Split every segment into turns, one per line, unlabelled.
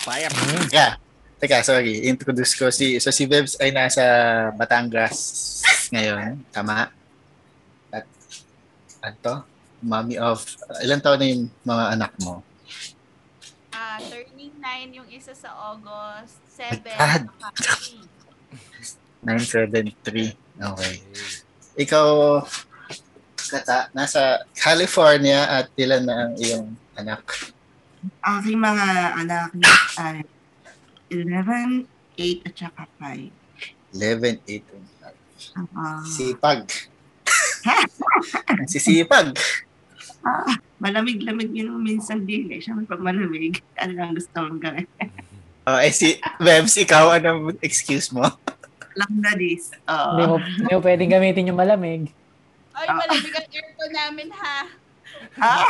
Fire.
Mm. Yeah. Teka, sorry. Introduce ko si... So si Vebs ay nasa Batangas ngayon. Tama? At... Ato? Mommy of... Ilan taon na yung mga anak mo?
Ah, turning 9 yung isa sa August, 7
God.
Makati.
973. Okay. Ikaw, Kata, nasa California at ilan na ang iyong anak?
aking mga anak ay 11, 8, at saka 5.
11, 8, and
Ah,
Sipag. Sisipag.
ah, malamig-lamig yun minsan din eh. Siyempre pag malamig, ano lang gusto mong gawin.
Oh, eh, si Bebs, ikaw, anong excuse mo?
Langdadis.
Hindi mo,
Oo.
hindi mo pwedeng gamitin yung malamig.
Ay,
Ah.
malamig ang aircon namin ha.
Ah,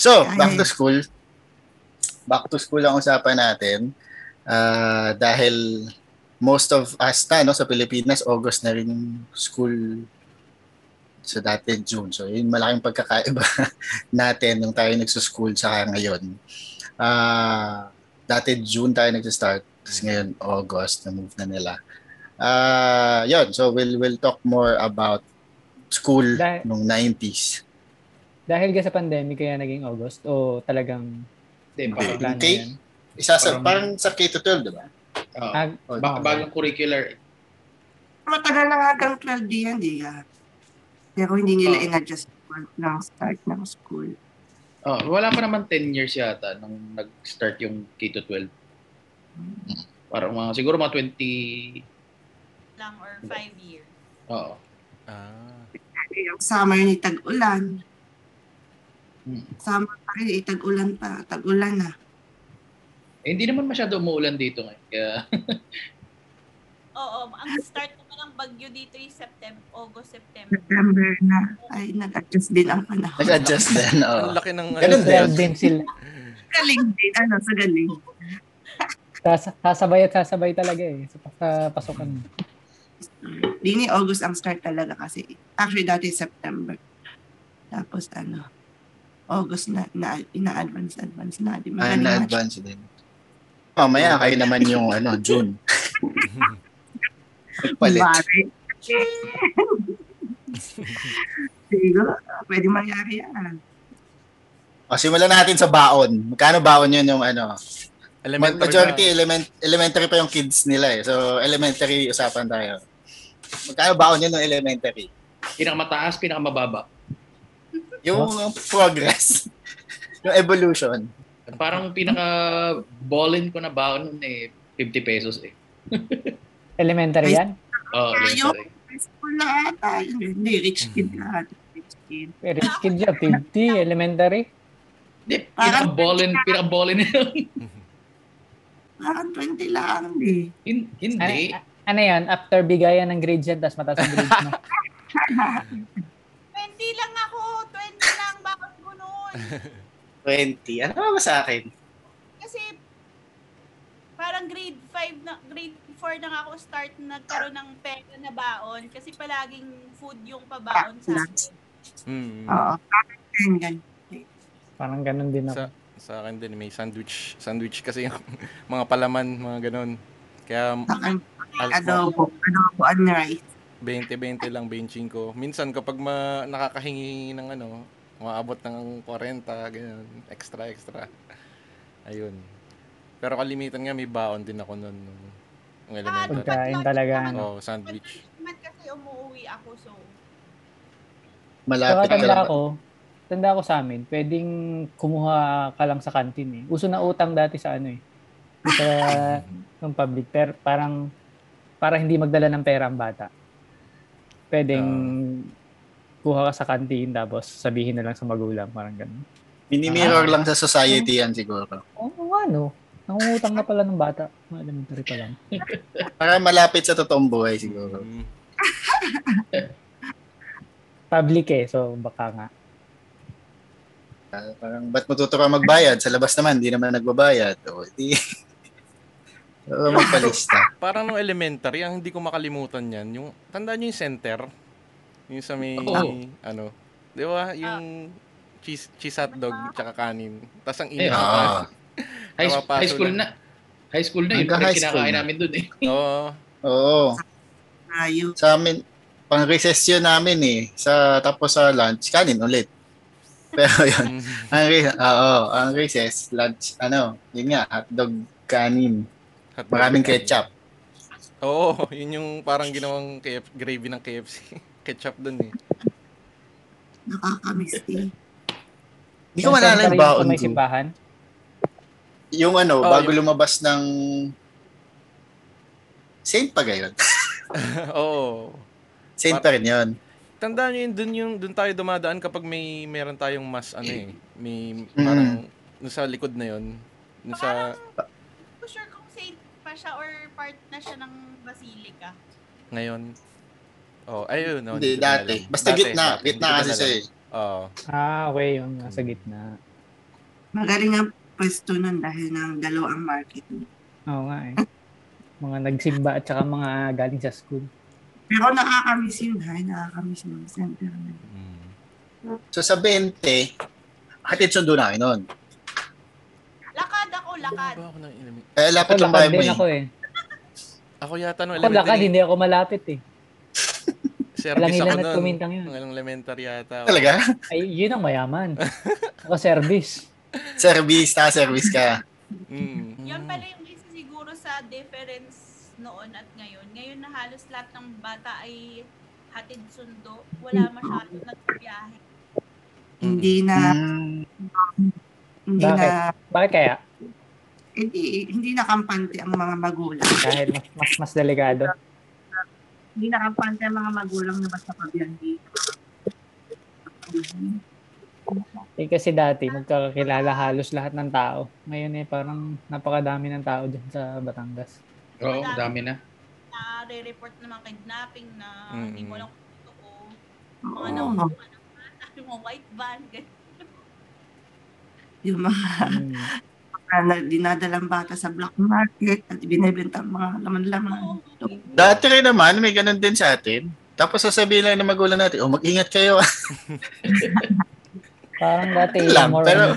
So,
Ay.
back to school. Back to school ang usapan natin. Ah, dahil most of us na, no, sa Pilipinas, August na rin yung school sa dati June. So, yun malaking pagkakaiba natin nung tayo nagsuschool sa ngayon. Ah, dati June tayo nagsistart, tapos ngayon August, na-move na nila. Ah, yun. So, we'll, we'll talk more about school
Dahil-
nung 90s.
Dahil ka sa pandemic kaya naging August o talagang
Hindi.
plano
Okay.
yan?
Isa sa, parang
Parang-
sa K-12, di ba?
Oo.
Ah,
O,
Baka bagong curricular.
matagal na nga hanggang 12 din yan, di ah. Pero hindi nila
Oo.
in-adjust ng start ng school.
Oh, wala pa naman 10 years yata nung nag-start yung K-12. Parang mga, siguro mga 20,
Lang or 5 years.
oo.
Ah.
Eh, Yung summer ni tag-ulan.
Hmm.
Summer pa rin, eh, tag-ulan pa. Tag-ulan na.
Eh, hindi naman masyado umuulan dito ngayon. Kaya,
Oo, ang start naman ng bagyo dito is September, August, September.
September na. Ay, nag-adjust din ang panahon.
Nag-adjust din.
Ang
oo.
laki ng... ano,
Ganun
Well,
din.
din sila.
Galing din. Ano, sa galing.
Sas- Sasabay at sasabay talaga eh. Sa pa- sa pasukan.
Dini August ang start talaga kasi. Actually, dati September. Tapos ano, August na, na ina-advance, advance na. Di
Ah,
ba? Ano Galing
na-advance din. Mamaya, kayo naman yung ano, June. Palit.
Bari. Siguro, pwede mangyari yan.
O, simulan natin sa baon. Magkano baon yun yung ano? Ma-
elementary
Majority,
na.
element, elementary pa yung kids nila eh. So, elementary, usapan tayo. Magkano baon yun ng elementary?
pinakamataas, pinakamababa.
Yung progress. yung evolution.
Parang pinaka-ballin ko na baon nun eh, 50 pesos eh.
Elementary
Ay,
yan?
Oo, eh.
Ayaw.
elementary.
High school na ata. Hindi, hindi, rich
Mm.
kid na ata. Rich kid.
Eh, Rich kid yan. 50, elementary.
Hindi,
Parang-
pinaka-ballin, pinaka-ballin na yun.
Parang 20 lang, hindi.
Hin-
Ano,
Hindi.
a- ano yan? After bigayan ng grade yan, tapos mataas ang grade mo.
Mm.
20 lang ako, 20 lang, bakit gunon?
20. Ano ba ba sa akin?
Kasi parang grade 5 na grade 4 na nga ako start nagkaroon ng pera na baon kasi palaging food yung pabaon sa akin.
Mm.
Oo. Parang 10 ganyan.
Parang ganun din ako.
Sa, sa akin din, may sandwich. Sandwich kasi yung mga palaman, mga ganun. Kaya
Sa akin,
al-
adobo. Adobo and rice.
20-20 lang benching ko. Minsan kapag ma- nakakahingi ng ano, maabot ng 40, ganyan, extra, extra. Ayun. Pero kalimitan nga may baon din ako nun. nung- Nung
Ah,
elementary.
Pagkain talaga, ano.
Oh, sandwich.
Man kasi umuwi ako so.
Malapit
Saka
ka
tanda
lang.
ko, tanda ko sa amin, pwedeng kumuha ka lang sa kantin eh. Uso na utang dati sa ano eh. Sa ng public. Pero parang, para hindi magdala ng pera ang bata. Pwedeng
Ah.
kuha ka sa kantin tapos sabihin na lang sa magulang. Parang ganun.
Mini-mirror lang sa society yan siguro.
Oo, ano? Nangungutang na pala ng bata. Mga Elementary pa lang.
Para malapit sa totoong buhay siguro.
Mm.
Public eh, so baka nga.
Ah, Parang, ba't matuto ka magbayad? Sa labas naman, di naman nagbabayad. O, di. o, magpalista.
Parang nung elementary, ang hindi ko makalimutan yan, yung, tandaan nyo yung center? Yung sa may,
Oo.
ano, di ba, yung cheese, cheese hot dog, tsaka kanin. Tapos ang
Eh,
ina
Ah,
High,
Napapaso
high school na. High school na yun.
Hanggang
Pre,
high school
kinakain
na.
namin dun eh.
Oo.
Oo.
Tayo.
Sa amin, pang recess yun namin eh. Sa, tapos sa lunch, kanin ulit. Pero yun, ang, re- oo, ang recess, lunch, ano, yun nga, hotdog kanin.
Hotdog.
Maraming ketchup.
Oo, yun yung parang ginawang KF, gravy ng KFC. Ketchup dun eh.
Nakakamiss eh.
Hindi ko maalala yung baon
May
ko.
simbahan.
Yung ano,
Oh,
bago
yun.
lumabas ng Saint pa gayon.
Oo.
Saint pa rin yun.
Tandaan nyo yun, dun, yung, dun tayo dumadaan kapag may meron tayong mas ano eh. May
Mm.
parang dun sa likod na yun. Dun sa,
Parang, hindi ko sure kung saint pa siya or part na siya ng basilica.
ngayon. Oh, ayun. no,
Hindi,
ko na
dati.
alam.
Basta
Dati,
gitna.
dati,
Gitna
hindi ko
kasi
na
siya
alam.
eh.
Oo.
Ah, okay, yung nasa gitna.
Magaling ang pwesto nun dahil ng dalawang market.
Oo nga eh. Mga nagsimba at saka mga galing sa school.
Pero nakakamiss yun, hay. Nakakamiss yun. Center na.
Hmm.
Mm.
So sa 20, hatid sundo na kayo nun.
Lakad ako, lakad.
Ano ba ako ng element?
Eh, lapit
Ako
lang bahay
lakad
mo
din
eh.
ako eh.
Ako yata nung
Ako lakad,
elementary.
hindi ako malapit eh.
Service
Alangilan
ako
at
nun.
kumintang yun.
Nung elementary yata. ako.
Talaga?
Ay, yun ang mayaman. Ako service.
Service, naka-service ka.
Mm.
Yun pala yung isa siguro sa difference noon at ngayon. Ngayon na halos lahat ng bata ay hatid sundo. Wala
Hmm.
masyado nagbiyahe.
Mm.
Hindi na,
Mm.
hindi
Bakit?
na,
Bakit kaya?
hindi, hindi na kampante ang mga magulang.
Dahil mas, mas, mas delikado.
Hindi na kampante ang mga magulang na basta pabiyahe.
Eh, kasi dati, magkakakilala halos lahat ng tao. Ngayon eh, parang napakadami ng tao dyan sa Batangas.
Oo, ang dami na.
Na re-report ng mga kidnapping na hindi mo
Mm.
lang kung totoo. Mga
Oo. ano?
nakuha ng bata, yung mga white van. ganyan.
Yung mga
Hmm.
na dinadalang bata sa black market at binibenta ang mga
Oo.
laman-laman.
Dati rin naman, may ganun din sa atin. Tapos sasabihin lang ng magulang natin, oh, mag-ingat kayo.
Parang dati,
Alam,
more
pero-
ano,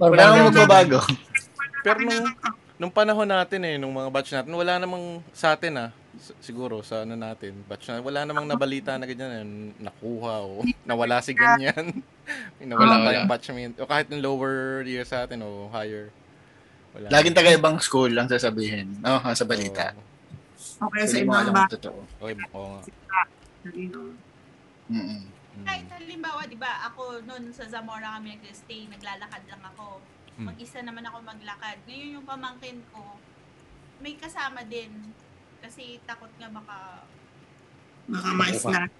more
Wala
organized.
nang magbabago.
Pero nung, nung panahon natin eh, nung mga batch natin, wala namang sa atin ah, s- siguro sa ano natin, batch na, wala namang nabalita na ganyan, eh, nakuha o nawala si ganyan. May
Ah,
nawala
Wala,
tayong
wala.
batch min- o kahit ng lower year sa atin o higher. Wala.
Laging taga ibang school ang sasabihin. Oh, sa balita.
Okay, sa
Hindi mo
ibang
alam ang
bata.
totoo.
Oo, oo, oo nga.
Mm-mm.
Mm.
Kahit halimbawa, di ba, ako noon sa Zamora kami nag-stay, naglalakad lang ako.
Hmm.
Mm.
Mag-isa naman ako maglakad. Ngayon yung pamangkin ko, may kasama din. Kasi takot nga baka
Baka may snack.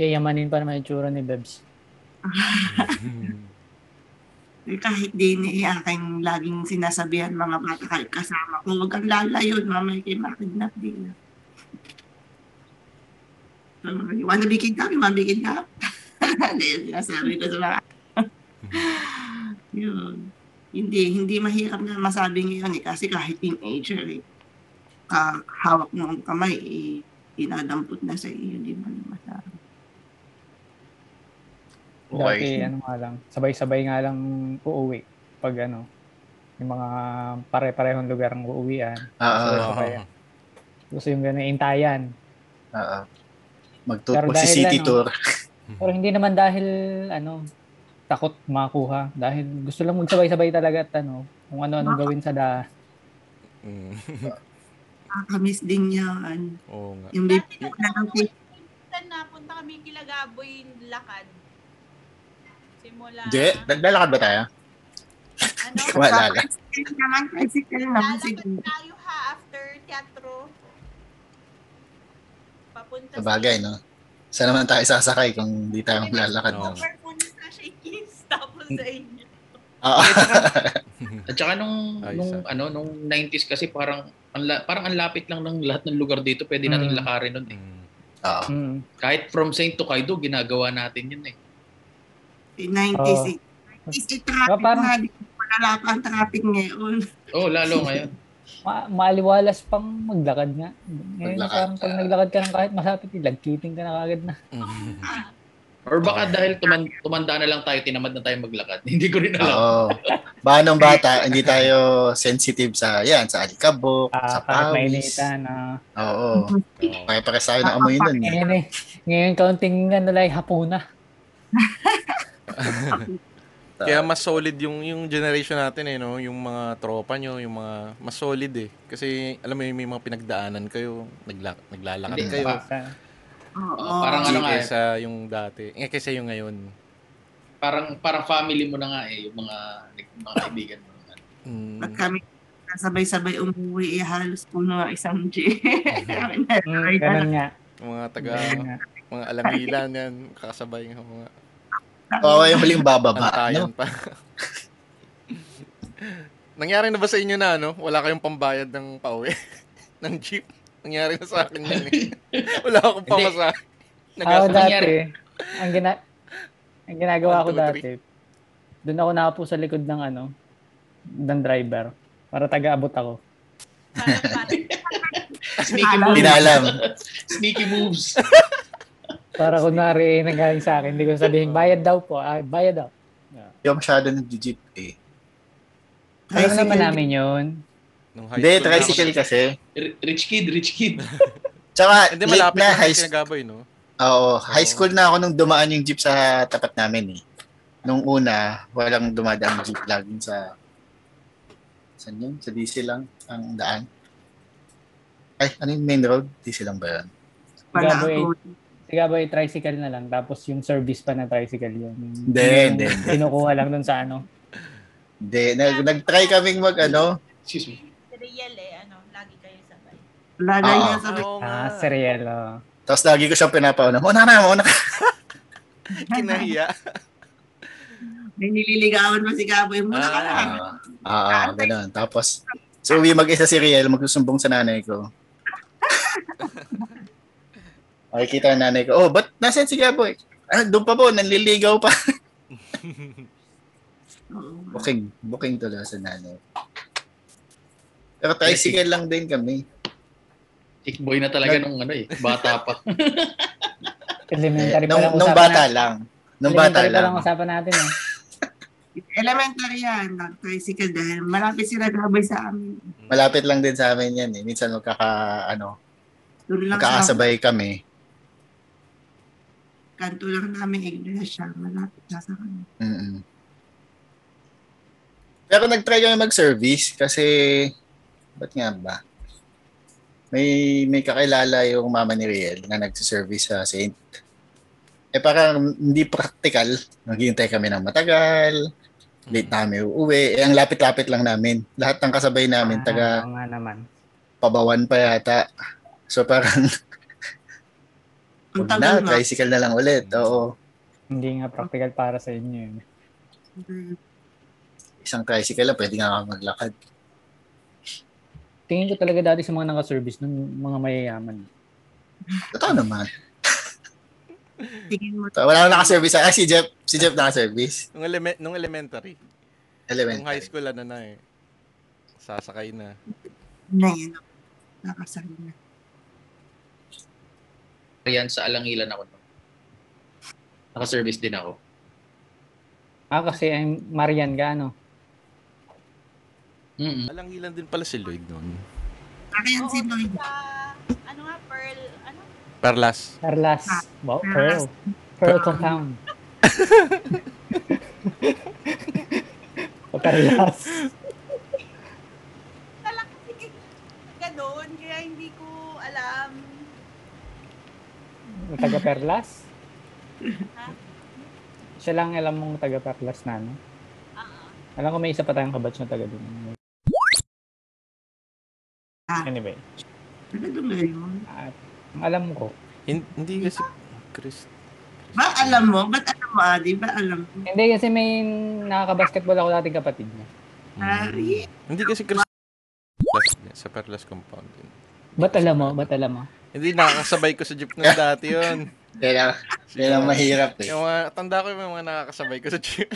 Yayamanin pa naman yung tsura ni Bebs.
Eh, Kahit din eh, aking laging sinasabihan mga bata kahit kasama ko, huwag kang lalayo, mamay kayo makidnap din. ah." So, You wanna be kidnapped? You wanna be kidnapped? Ano yung sinasabi ko sa mga... Yun. Hindi, hindi mahirap na masabi ngayon eh, kasi kahit teenager eh, ka- hawak ng kamay eh, inadampot na sa iyo, di ba? Masabi.
Dati,
Okay.
ano nga lang, sabay-sabay nga lang uuwi. Pag ano, yung mga pare-parehong lugar ang uuwian.
Oo.
Sorry.
Oo.
Gusto yung gano'y intayan.
Oo. Magtutok
Pero
si
dahil
City
ano,
Tour.
Pero hindi naman dahil ano takot makuha dahil gusto lang magsabay-sabay talaga at ano kung
Ah.
ano-ano gawin sa da.
Mm.
Nakakamiss din yan.
Oo nga.
Yung
Dati
bibig
nung
na ng
napunta napunta kami kila Gaboy lakad. Simula.
Hindi, naglalakad ba tayo?
Ano?
Wala lang.
Tricycle naman, tricycle naman
Lalakad
siguro.
tayo ha after teatro. Papunta
Sabagay, no? Saan naman tayo sasakay kung di tayo maglalakad?
Oo.
Over muna sa Shakey's eh. tapos sa inyo.
Oo.
At saka nung,
Ay,
nung,
isa.
ah.
ano, nung 90s kasi parang ang la- parang ang lapit lang ng lahat ng lugar dito, pwede nating
Mm.
lakarin nun eh.
Mm.
Oo.
Mm.
Kahit from Saint to Kaido, ginagawa natin yun eh.
96. 96 yung traffic
Oh, parang-
na, di ko malala pa ang traffic ngayon.
Oh, lalo ngayon.
Ma- maaliwalas pang maglakad nga. Ngayon
Maglakad
parang
ka.
pag eh, naglakad ka ng kahit masapit ilagkiting ka na kagad na.
Mm.
Ah,
Or baka
Okay.
dahil tuman, tumanda na lang tayo, tinamad na tayo maglakad. Hindi ko rin alam.
Oo. Baka nung bata, hindi tayo sensitive sa, yan, sa alikabok,
Ah,
sa pawis.
kahit mainitan. ah.
Oo. Kaya pares tayo ng amoy nun. eh.
Ngayon eh, ngayon kaunting ano lang, hapuna.
Kaya mas solid yung yung generation natin eh, no? Yung mga tropa nyo, yung mga mas solid eh. Kasi alam mo yun, may mga pinagdaanan kayo, nagla- naglalakad
Hindi,
kayo.
pa-
Sa-
Oo.
Ah, parang-
Hindi
ano nga eh.
kaysa yung dati. Eh, kaysa yung ngayon.
Parang parang family mo na nga eh, yung mga, mga kaibigan mo.
Mm.
Pag kami sabay-sabay umuwi, eh, halos puno ang isang G.
Mm, ganun nga.
Mga taga,
Ganun nga.
mga alamilan yan, kakasabay ng mga
Oo, yung huling bababa. No?
antayan pa. Nangyari na ba sa inyo na ano? Wala kayong pambayad ng pauwi? ng jeep? Nangyari na sa akin yun eh. Wala akong
Hindi.
pamasahe.
Ah,
Ako
Nagkasa-
dati, ang, gina, ang ginagawa
One,
ko
two,
dati, doon ako nakaupo sa likod ng ano, ng driver. Para taga-abot ako.
Parang parang
Sneaky
Alam.
moves.
Hindi na alam.
Sneaky moves.
Para kunwari nanggaling sa akin, hindi ko sabihin, bayad daw po, ah, bayad daw.
Hindi ako masyado nag-jeep eh.
Alam naman
Tricycle.
namin yun.
Nung high
Hindi,
school na ako-
tricycle kasi.
R- Rich kid, rich kid.
Tsaka,
Hindi,
late
malapit
na
na
high
high
school.
Sinagaboy, no?
Oo, high
Oo.
school na ako nung dumaan yung jeep sa tapat namin eh. Nung una, walang dumadaang jeep laging sa... Saan yun? Sa DC lang ang daan. Ay, ano yung main road? DC lang ba yun?
Wala
Grabe.
ako.
Sige ba, tricycle na lang. Tapos yung service pa na tricycle yun.
Hindi,
Yung
hindi,
Kinukuha lang dun sa ano.
Hindi, nag, nag-try kaming mag ano.
Excuse me.
real eh, ano, lagi kayo sabay.
Wala na
Oo.
yun sa
Oo
Ah,
nga.
serial. oh.
Tapos lagi ko siyang pinapauna. Mauna ka na, mauna ka.
Kinahiya.
May nililigawan mo si Gaboy. Muna ka na.
Ah, ah, ganun. Tapos, so uwi mag-isa si Riel, magsusumbong sa nanay ko. Makikita ang nanay ko, oh, ba't nasaan si Gaboy? Ah, doon pa po, nanliligaw pa.
Oo.
Booking. Booking tuloy sa nanay. Pero tricycle lang din kami.
Sick boy na talaga nung ano eh, bata pa.
Eh,
Elementary Hmm, pa
nung,
lang
nung
usapan
bata
natin.
lang. Nung bata
Elementary pa lang
lang.
usapan natin. Eh.
Elementary yan. Nag-tricycle dahil malapit sila Gaboy sa amin.
Malapit lang din sa amin yan eh. Minsan magkaka, ano,
Doon lang sa
magkakasabay kami.
kanto lang namin iglesia. Malapit na sa kanila.
Mm-mm. Pero nag-try kami mag-service kasi, ba't nga ba? May, may kakilala yung mama ni Riel na nagsiservice sa Saint. Eh parang hindi practical. Naghihintay kami ng matagal. Late na kami uuwi. Eh, ang lapit-lapit lang namin. Lahat ng kasabay namin,
Ah,
taga
oo nga naman.
pabawan pa yata. So parang,
Ang
wag
tagal
na,
na.
tricycle na lang ulit. Oo,
Hindi nga practical para sa inyo yun.
isang tricycle lang, pwede nga ka maglakad.
Tingin ko talaga dati sa mga naka-service ng mga mayayaman.
Totoo naman.
Tingin mo.
So, wala na nakaservice. Ah, si Jeff, si Jeff nakaservice.
Nung, eleme- nung elementary. Nung high
Elementary.
school, ano na eh. Sasakay na.
Na yun. Nakasal na.
Ayan, sa Alangilan ako. nun. Naka-service din ako.
Ah, kasi ang Marian ka, ano?
Mm-mm.
Alangilan din pala si Lloyd noon.
Akin si
Oo,
Lloyd.
sa, ano nga, Pearl, ano,
Perlas.
Perlas.
Ah,
Wow,
Perlas.
Pearl. Pearl compound. O, Perlas.
talaga sige, taga doon, kaya hindi ko alam.
Yung taga Perlas.
Ha?
Siya lang alam mong taga Perlas na, no?
Ah,
Alam ko may isa pa tayong kabatch na taga doon.
Ah.
Anyway,
Ano dulo yun?
at, ang alam ko,
Hin- hindi kasi Chris.
Ba alam mo? Ba't alam mo, Adi? Ba alam mo?
hindi kasi may nakaka-basketball ako dating kapatid niya.
Ah,
Ari.
Hmm. Hindi kasi Chris. Sa Perlas compound din.
Ba't alam mo? Ba't alam mo?
Hindi, nakakasabay ko sa jeep nun dati yun.
Kaya, kaya
Yung-
mahirap eh.
Yung mga, tanda ko yung mga nakakasabay ko sa jeep.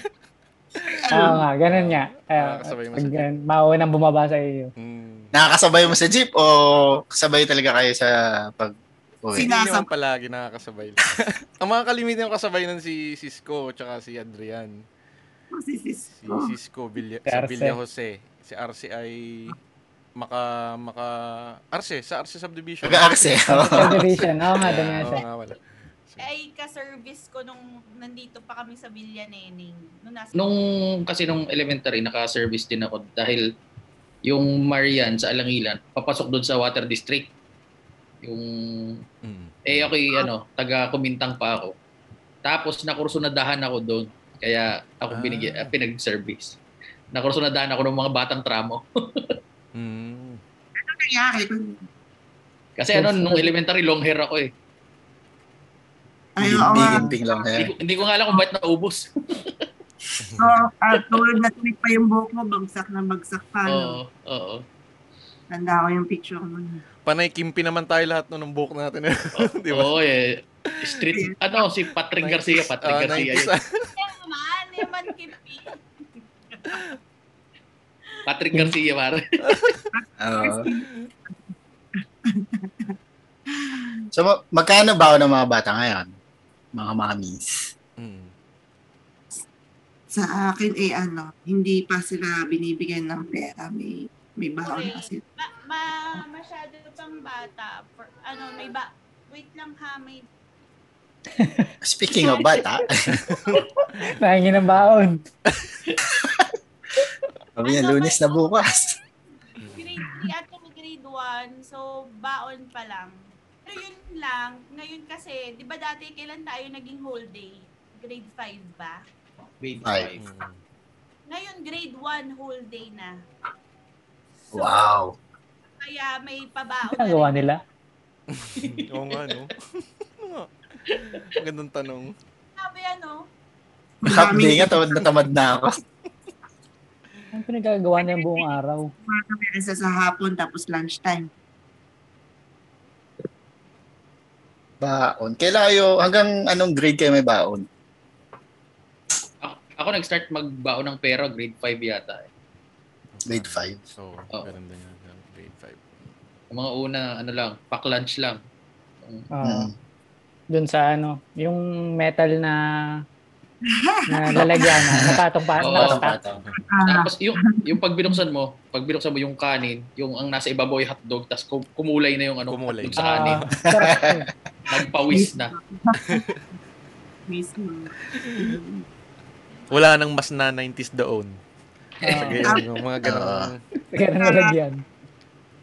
Oo nga, ganun nga. Uh,
Nakakasabay mo sa
pag,
jeep.
maunang bumaba sa iyo.
Mm.
Nakakasabay mo sa jeep o kasabay talaga kayo sa pag Oo, eh.
Hindi
Sinasab-
naman palagi nakakasabay. Ang mga kalimitan yung kasabay nun si Cisco tsaka si Adrian.
Masisis.
Ah.
Si Cisco
Si
Villa, si
Arce.
Villa Jose. Si RC ay maka maka Arce sa Arce subdivision.
Nag-aakse.
Subdivision. Oo nga, dami nga
Oo
siya.
nga wala.
Ay, ka-service ko nung nandito pa kami sa Villanening. Nung nasa...
Nung kasi nung elementary, naka-service din ako dahil yung Marian sa Alangilan, papasok doon sa water district. Yung,
Mm.
eh ako yung, ano, taga-kumintang pa ako. Tapos nakursunadahan ako doon. Kaya ako
Ah.
binigyan, ah, pinag-service. Nakursunadahan ako ng mga batang tramo.
Mm.
Nangyari kung
Kasi ano, nung elementary, long hair ako eh.
ayaw ako nga.
Ginting lang
Hindi
eh.
ko, hindi ko nga alam kung ba't naubos.
So, at oh, ah, tulad na tuwid pa yung buhok mo, bagsak na bagsak pa. no?
Oo, oo.
Tanda ko yung picture mo.
Panay kimpi naman tayo lahat nun ng buhok natin. Di ba?
Oo eh. Street, ano, si Patrick Garcia, Patrick
Ah,
Garcia.
90s.
yun.
Kaya naman, eh, man kipi.
Patrick Garcia, pare.
Oo. So, ma- magkano ba ng mga bata ngayon? Mga mommies.
Mm.
Sa akin, eh ano, hindi pa sila binibigyan ng pera. May, may baon pa sila.
Ma, ma, masyado pang bata. For, ano, may ba... Wait lang ha, may...
Speaking of bata,
Nahingi ng baon.
kami na lunes na bukas.
Grade 3 at kami grade 1. So, baon pa lang. Pero yun lang. Ngayon kasi, di ba dati kailan tayo naging whole day? Grade 5 ba?
Grade
Ay.
five.
Mm.
Ngayon, grade 1 whole day na. So,
Wow.
Kaya may pabaon. na
Nagawa
rin.
nila.
Mm, Oo nga, no? Ang Gandang tanong.
Sabi ano,
Half day nga, tamad na tamad na ako.
Ang pinagagawa niya buong araw.
Mga meron sa sa hapon, tapos lunchtime.
Baon. Kailan kayo, hanggang anong grade kayo may baon?
Ako, ako nag-start magbaon ng pera, grade 5 yata. Eh.
Grade 5.
Oo,
Oo.
ganun din yan. Grade 5.
Yung mga una, ano lang, pack-lunch lang.
Mm.
Ah, Doon sa ano, yung metal na na lalagyan ah, na nakatong pa
Oo.
nakatack.
Ah,
Tapos yung, yung pag binuksan mo, pag binuksan mo yung kanin, yung ang nasa ibabaw yung hotdog, tapos kum- kumulay na yung ano,
Kumulay.
hotdog sa kanin.
Ah, sarap yun.
Nagpawis na.
mismo.
Wala nang mas na 90s doon.
Ah,
Sige, ano, mga ganun.
ganun lalagyan.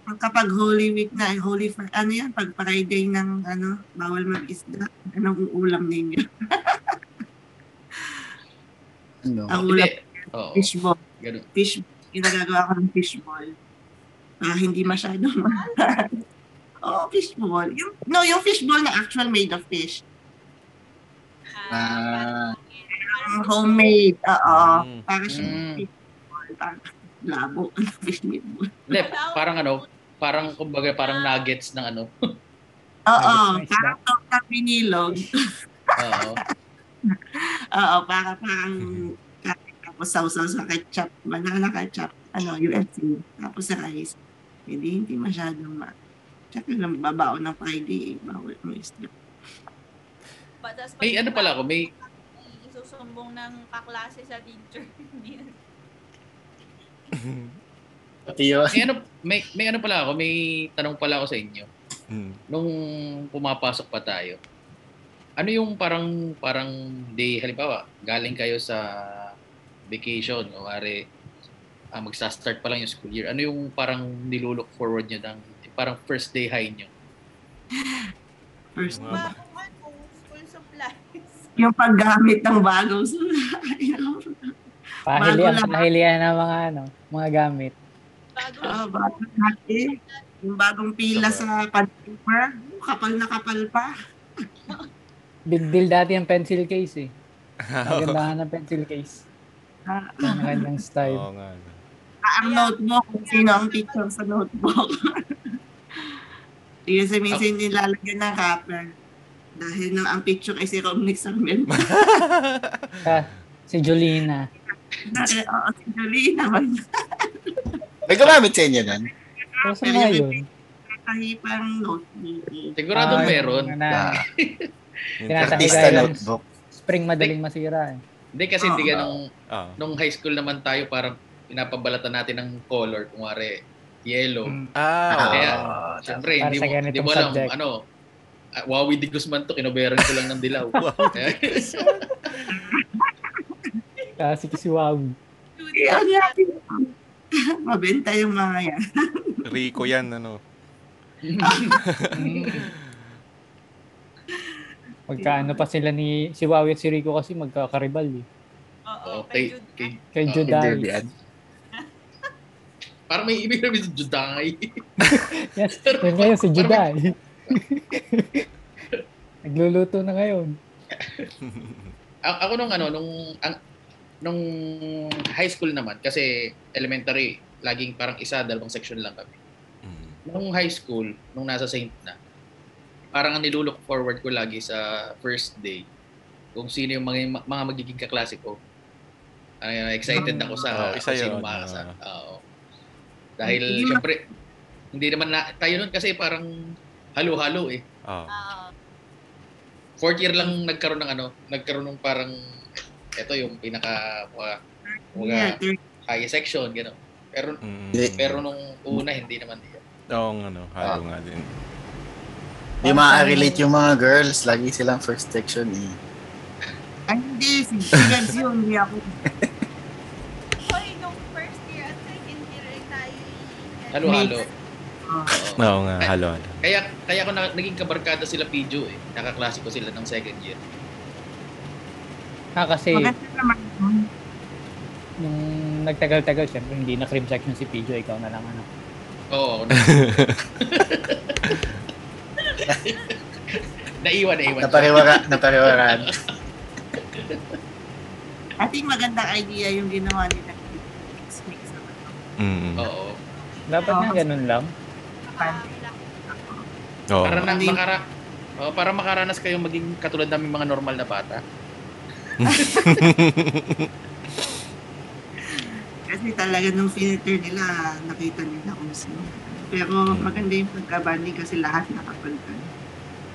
Pag kapag Holy Week na, Holy Fri- ano yan, pag Friday ng, ano, bawal mag-isda, anong uulam ninyo?
Ano?
Ang
Hindi.
ulam,
Oo,
fishball.
ganun.
Fish, yung nagagawa ko ng fishball. Ah, hindi masyado. oh, fishball. Yung, no, yung fishball na actual made of fish.
Ah,
ah,
Ang homemade, oo.
Mm.
Para siya
Mm.
parang labo ang fish meatball.
Hindi, parang ano, parang kumbaga parang nuggets ng ano.
Oo,
Nice, nice,
parang tortang binilog.
Oo.
Oo, para parang tapos sausaw sa ketchup, banana ketchup, ano, UFC, tapos sa rice. Hindi, hindi masyadong ma... Tsaka lang babao ng Friday, eh, bawal mo isda.
batas
May ano pala ako, may
isusumbong ng kaklase sa teacher. Hindi na-
pati yun.
may ano, may, may ano pala ako, may tanong pala ako sa inyo.
Mm.
Nung pumapasok pa tayo, ano yung parang, parang day, halimbawa, galing kayo sa vacation, o are, ah, magsa-start pa lang yung school year, ano yung parang nilulook forward nyo ng, parang first day high nyo?
First,
Wow.
Ah.
Ba, kung ano, school supplies.
yung paggamit ng bagong sula.
Pahilian,
Bago lang.
pahilian ng mga ano, mga gamit.
Bago
Ah, bagong natin. Yung bagong pila sa pan-paper, kapal na kapal pa.
Big deal dati ang pencil case eh. Magandahan ng pencil case.
Ah,
Yan ang kanyang style.
Oo nga.
Ah, ang notebook, kung sino ang picture sa notebook. Kasi minsan nilalagyan ng wrapper. Dahil nang ang picture ay si Romnick Sarmiento.
Ka, si Jolina.
Dahil, oo, si Jolene ah, naman.
May gumamit sa inyo nun?
Pero saan nga yun?
nakahipang notebook.
Sigurado
Ah,
meron.
yun na.
Ah,
Kaya
artista
lang.
notebook.
Spring madaling masira eh.
Hindi kasi hindi ka
Ah.
nung,
Ah.
nung high school naman tayo parang pinapabalatan natin ng color. Kunwari, yellow.
Mm.
Ah, oo.
Kaya,
Ah,
Siyempre,
Para
hindi
sa
mo,
ganitong
hindi mo alam,
subject.
ano, ah, Wawi de Guzman to, kinoberan ko lang ng dilaw. Eh?
Kasi si Wawi.
Kaya natin mabenta yung mga yan.
Rico yan, ano.
Mm. Magkaano pa sila ni si Wawi at si Rico kasi magkakaribal eh.
Oo,
okay.
kay Jude.
Kay
okay. Ah,
Oh,
Hindi
Juday.
yan.
Parang may ibig sabihin si Juday.
Yes, yun ngayon si Juday. Nagluluto na ngayon.
A- ako nung ano, nung, ang, nung high school naman, kasi elementary, laging parang isa, dalawang section lang kami.
Mm.
Nung high school, nung nasa Saint na, parang ang nilulook forward ko lagi sa first day, kung sino yung mga, mga magiging kaklase ko. Ay, excited ako sa
Oo, isa
kung sino
yun,
makakasama.
ah.
Oo. Dahil,
Hindi naman-
syempre, hindi naman na, tayo nun kasi parang halo-halo eh.
Ah.
Oo.
fourth year lang nagkaroon ng ano, nagkaroon ng parang eto yung pinaka mga, mga
Yeah, third
high section gano. Pero
Mm.
Hindi.
pero nung una hindi naman yun.
Oo, nga, ano, halo nga din.
Hindi maka-relate yung mga girls. Lagi silang first section eh.
Ay, hindi. Si Jens yun. Hindi ako.
Hoy, nung first year at second year ay tayo eh, yung-
Halo-halo.
ah,
Oo.
Oo nga, halo, halo.
Kaya kaya ko na, naging kabarkada sila Pijo eh. Nakaklase ko sila ng second year.
Ah, kasi
Maganda naman. yun.
nung nagtagal-tagal, syempre hindi na cream section si Pijo, ikaw na lang ano.
Oo, ako na. naiwan, naiwan.
Napariwara, napariwaran.
I think magandang idea yung ginawa nila. Mix, mix naman.
Mm.
Oo.
Dapat nga ganun lang.
Oo.
Para na
Hindi.
makara Oo, para makaranas kayong maging katulad namin mga normal na bata.
Kasi talaga nung filter nila, nakita nila kung sino. Pero maganda yung pagkabanding kasi lahat nakapalitan.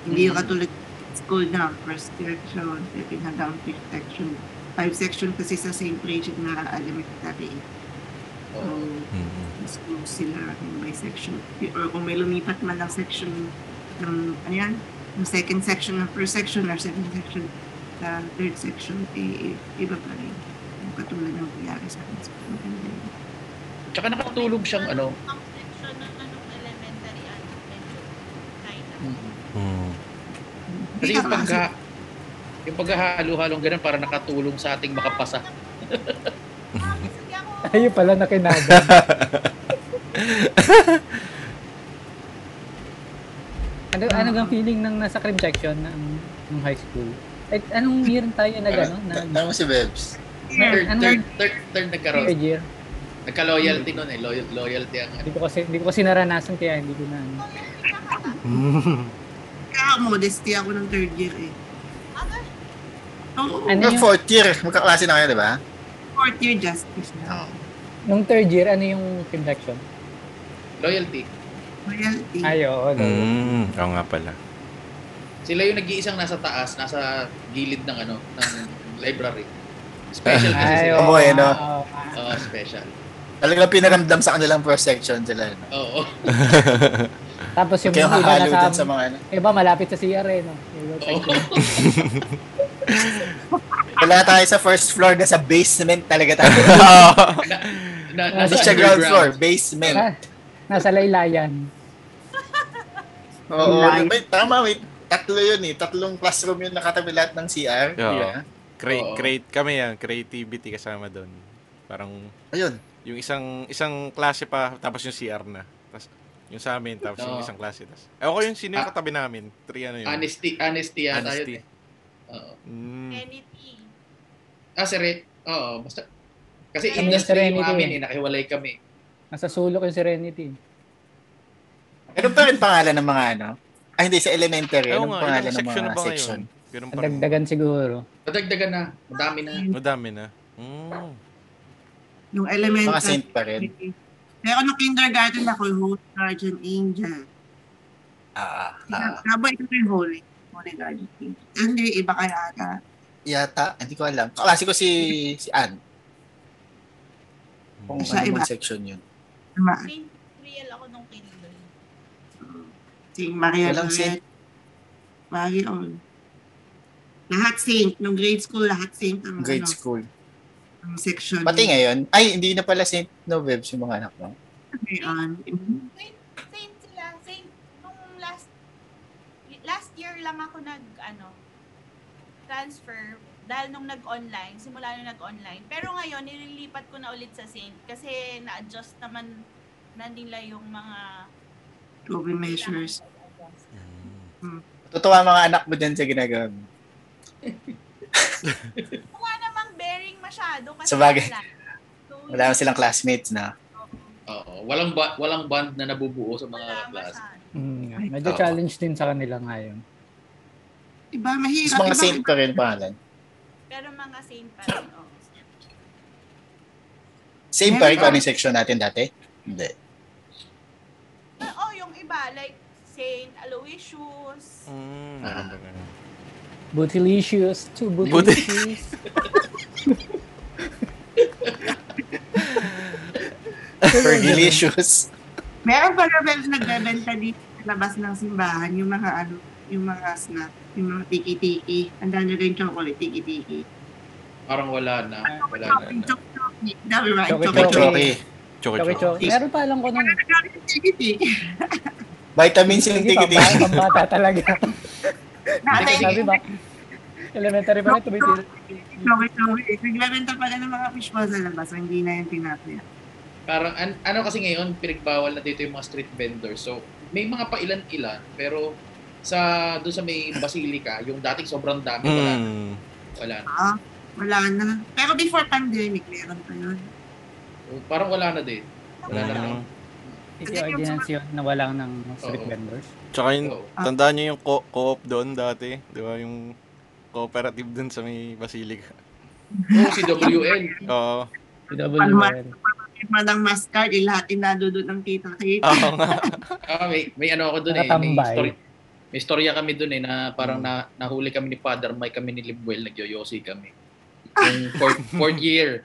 Hindi yung katulad school na first section, second hanggang fifth section. Five section kasi sa same grade na elementary. So,
Oo.
Mm.
school sila yung may section. Or kung may lumipat man ng section ng, ano yan, ng second section, ng first section, or second section, sa third section, eh, iba pa rin. Yung Katulad ng nangyari sa akin. So, maganda yun.
Tsaka nakatulog siyang ano.
Ang section ng anong elementary ano, medyo kinda.
mm,
Mm.
Kasi yung pagka yung paghahalo-halong ganun para nakatulong sa ating makapasa.
Ah, kasi hindi ako-
Ayun pala nakinabang. ano, ano ang feeling ng nasa cream section ng, ng high school? At anong year tayo na gano'n? Na,
Ta- Tama si Bebs.
Third,
Ano?
third, third, third nagkaroon.
third year?
Nagka-loyalty nun eh. Loyal, loyalty ang
Hindi ko kasi, hindi ko kasi naranasan kaya hindi ko na ano.
Ikaw yung pinaka-
Kaya modesty ako ng third year eh.
Aga,
Oo,
Ano
Yung
yung-
fourth year, magkaklase na kayo, di ba?
fourth year justice na.
Oo.
Nung third year, ano yung cream section?
loyalty.
Royalty.
Ay, oo. no.
Mm. Oo nga pala.
Sila yung nag-iisang nasa taas, nasa gilid ng ano, ng library. Special kasi
Ay, oh. oo. ah,
sila.
Amoy, ano? no?
oo, oo.
Oo, special.
Talagang pinaramdam sa kanilang first section sila. No?
Oo.
Tapos yung
Kaya
iba
hahalo
nasa,
dun sa mga ano.
iba malapit sa CR eh, no? Iba
Oo.
section.
Wala tayo sa first floor, nasa basement talaga tayo.
Na,
Hindi
Nasa
siya ground floor, basement.
Ah, nasa laylayan.
Oo,
Line.
wait, tama, wait. Tatlo yun eh. Tatlong classroom yun nakatabi lahat ng CR.
Oo.
di ba?
Create,
Oo.
create kami yan, creativity kasama doon. Parang
Ayun.
yung isang isang klase pa tapos yung CR na. Tapos yung sa amin tapos yung
Oo.
isang klase tapos. Eh okay yung sino yung
Ah.
katabi namin? Three ano yun?
Honesty, honesty yata
Honesty.
yun. eh. Oo.
Mm.
Kennedy.
Ah, sere. Oo, basta. Kasi
Ano yung
industry yung
serenity
amin
eh?
eh, nakahiwalay kami.
Nasa sulok yung Serenity.
Ano pa rin pangalan ng mga ano? Ah, hindi, sa elementary.
Ewan
Anong
nga,
pangalan
ilang
ng
section
mga
na ba
section?
ngayon? Ganun pa rin.
Dagdagan siguro.
Madagdagan na. Madami na.
Madami na. Mm.
Yung
Mga
elementary. ano,
saint pa rin.
Pero nung kindergarten ako, Hope Guardian Angel.
Ah, ah.
Tama, ito yung holy. Holy garlic cake. Hindi, iba kaya ata.
Yata, hindi ko alam. Kaklase ko si, si Ann. Kung
Sa
ano
iba.
bang section yun.
Tama.
Grade real ako nung Kindle.
Sing Maria
Walang
Loret. Maria Ol. Lahat saint. Nung grade school, lahat saint ang,
Grade
ano,
school.
ang section.
Pati ngayon, ay, hindi na pala St. Novebs yung mga anak mo.
Ngayon. mm-hmm.
Saint, saint sila. Saint, nung last, last year lang ako nag, ano, transfer dahil nung nag-online, simula nung nag-online. Pero ngayon, nililipat ko na ulit sa Saint kasi na-adjust naman na nila yung mga
To be measures.
Mm.
Totoo ang mga anak mo dyan sa ginagawa mo.
Wala namang bearing masyado kasi
Sa bagay.
wala. So,
Wala na silang classmates na.
Oo. Walang, ba- walang band na nabubuo sa
Wala
mga kaklase.
masyado.
Mm, medyo
Oo.
challenge din sa kanila ngayon.
Diba, mahirap.
Mas mga
Iba-
saint pa rin ang pangalan.
Pero mga Saint pa rin. Oh.
Same pa rin kung ano yung section natin dati? Hindi.
Pero, oh, yung iba, like Saint Aloysius.
Mm,
Ah.
meron ba ganun?
Bootylicious, two
Buti-
bootylicious.
Fergalicious.
Meron pa naman nagbebenta dito sa labas ng simbahan, yung mga ano, yung mga snack, yung mga tiki-tiki. Ang dami rin chocolate, tiki-tiki.
Parang wala na. Wala na.
Chocolate, chocolate. Dami ba?
Chocolate,
Chocolate,
chocolate.
Choki.
chocolate.
Choco-choco.
Choco-choco. Meron pa alam ko nung
Tiki-tiki.
Vitamins yung
Sige,
tiki
pambata, pambata talaga.
Nakatay
Kasi sabi
din.
ba, elementary pa rin, tumitil.
Chocolate, chocolate. Nagbebenta pala ng mga fishball sa labas, so hindi na yung tinapay.
Parang an- ano kasi ngayon, pinagbawal na dito yung mga street vendors. So, may mga pailan-ilan, pero sa doon sa may basilica, yung dating sobrang dami, wala, na,
Mm.
wala na.
Ah, wala na. Pero before pandemic, meron pa yun.
So, parang wala na din.
Wala na. no?
Ito ordinance yun na walang ng street
Oo.
vendors.
Tsaka yung,
So,
tandaan nyo yung co- co-op doon dati, di ba? Yung cooperative doon sa may basilica.
oh, si WN.
Oo.
PWL.
Firma ng mascard, eh, lahat inadudod ng tita kita.
Oo nga.
Ah, may, may ano ako doon eh. May
Nakatambay.
story. May storya kami doon eh na parang na, nahuli kami ni Father Mike kami ni Libuel nagyoyosi kami. Yung fourth, fourth year.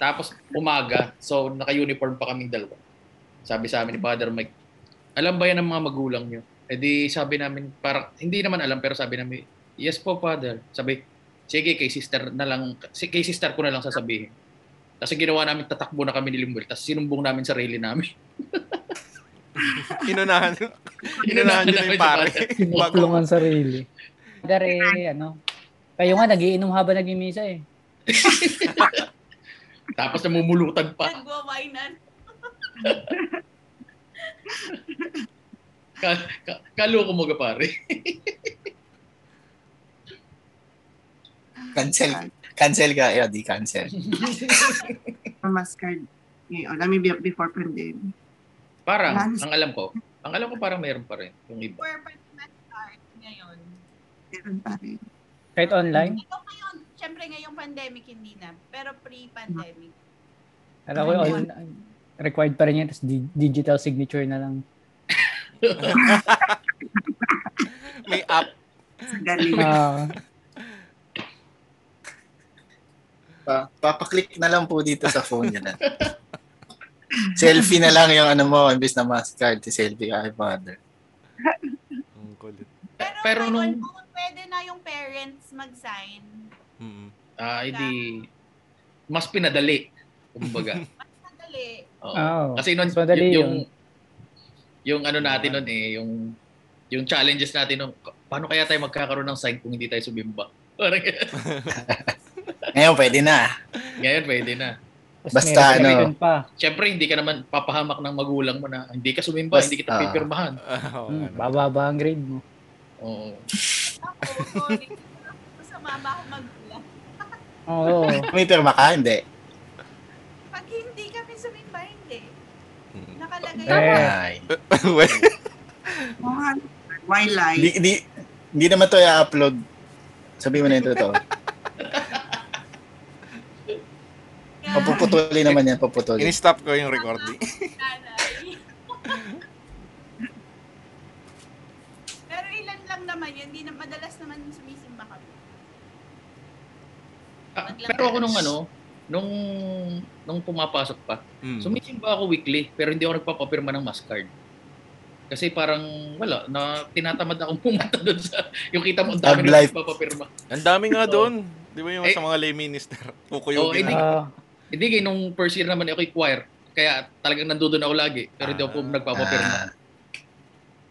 Tapos umaga, so naka-uniform pa kaming dalawa. Sabi sa amin ni Father Mike, alam ba yan ng mga magulang nyo? E di sabi namin, parang, hindi naman alam pero sabi namin, yes po Father. Sabi, sige kay sister na lang, si- kay sister ko na lang sasabihin. Tapos ang ginawa namin, tatakbo na kami ni Libuel. Tapos sinumbong namin sarili namin.
Inunahan. Inunahan nyo na yung pare. Bago.
Tulong ang sarili. Dari, ano, kayo nga, nagiinom habang nagimisa eh.
Tapos namumulutan pa.
Nagwa-winean.
Ka- ka- Kaloko mo ka pare.
Cancel. Cancel ka. Eh, di cancel.
Ang mascard. Ngayon, alam mo, be- before pandemic.
Parang, ang alam ko, ang alam ko parang meron pa rin yung iba.
Where pa rin na-start ngayon.
Meron pa rin.
Kahit online.
Ito ngayon, syempre ngayong pandemic hindi na. Pero pre-pandemic.
Mm. Alam ko, all, required pa rin yan. Tapos di- digital signature na lang.
May app.
Sa galing.
Ah,
Pa, papaklik na lang po dito sa phone nyo na. selfie na lang yung ano mo, imbis na mascard, si selfie ka kay father.
Ang kulit.
Pero,
Pero
ngayon,
nung-
kung pwede na yung parents mag-sign,
Mm.
Ah, hindi mas pinadali kumbaga.
mas madali.
Oo.
Oo.
Kasi
Ah,
nun,
Mas madali
y- yung,
yun.
yung ano natin nun eh, yung yung challenges natin nun, ka- paano kaya tayo magkakaroon ng sign kung hindi tayo sumimba? Parang ganun.
Ngayon, pwede na.
Ngayon pwede na.
tapos
Basta
may
ano.
restriction pa.
Siyempre, hindi ka naman papahamak ng magulang mo na hindi ka sumimba,
Basta-
hindi kita pipirmahan.
Ah, oo
ano.
Hmm,
nga, no?
bababa ang grade mo.
Oo.
Ako, sorry. Masama ba ako magulang?
Oo.
May pirma ka, hindi.
Pag hindi kami sumimba, hindi.
Mm.
Nakalagay
Eh.
Ay.
Well,
Oo nga. Why lie?
Di, di, di naman to i-upload. Sabi mo na yung totoo.
nga,
Papuputuli naman yan, papuputuli.
in-stop ko yung recording.
nanay. hindi na madalas naman sumisimba kami.
Ah, pero ako nung ano, nung nung pumapasok pa,
Mm.
sumisimba ako weekly pero hindi ako nagpapapirma ng mask card. Kasi parang wala, na tinatamad akong pumunta doon sa yung kita mo ang dami
Tag
na
life.
nagpapapirma.
Ang dami nga
Oo.
doon. Di ba yung
Eh,
sa mga lay minister?
oo, eh,
Kukuyugin
di-
na.
Ah,
Hindi kay nung first year naman ako eh, choir, kaya talagang nandoon ako lagi pero hindi ako
Ah.
nagpapapirma.
Ah,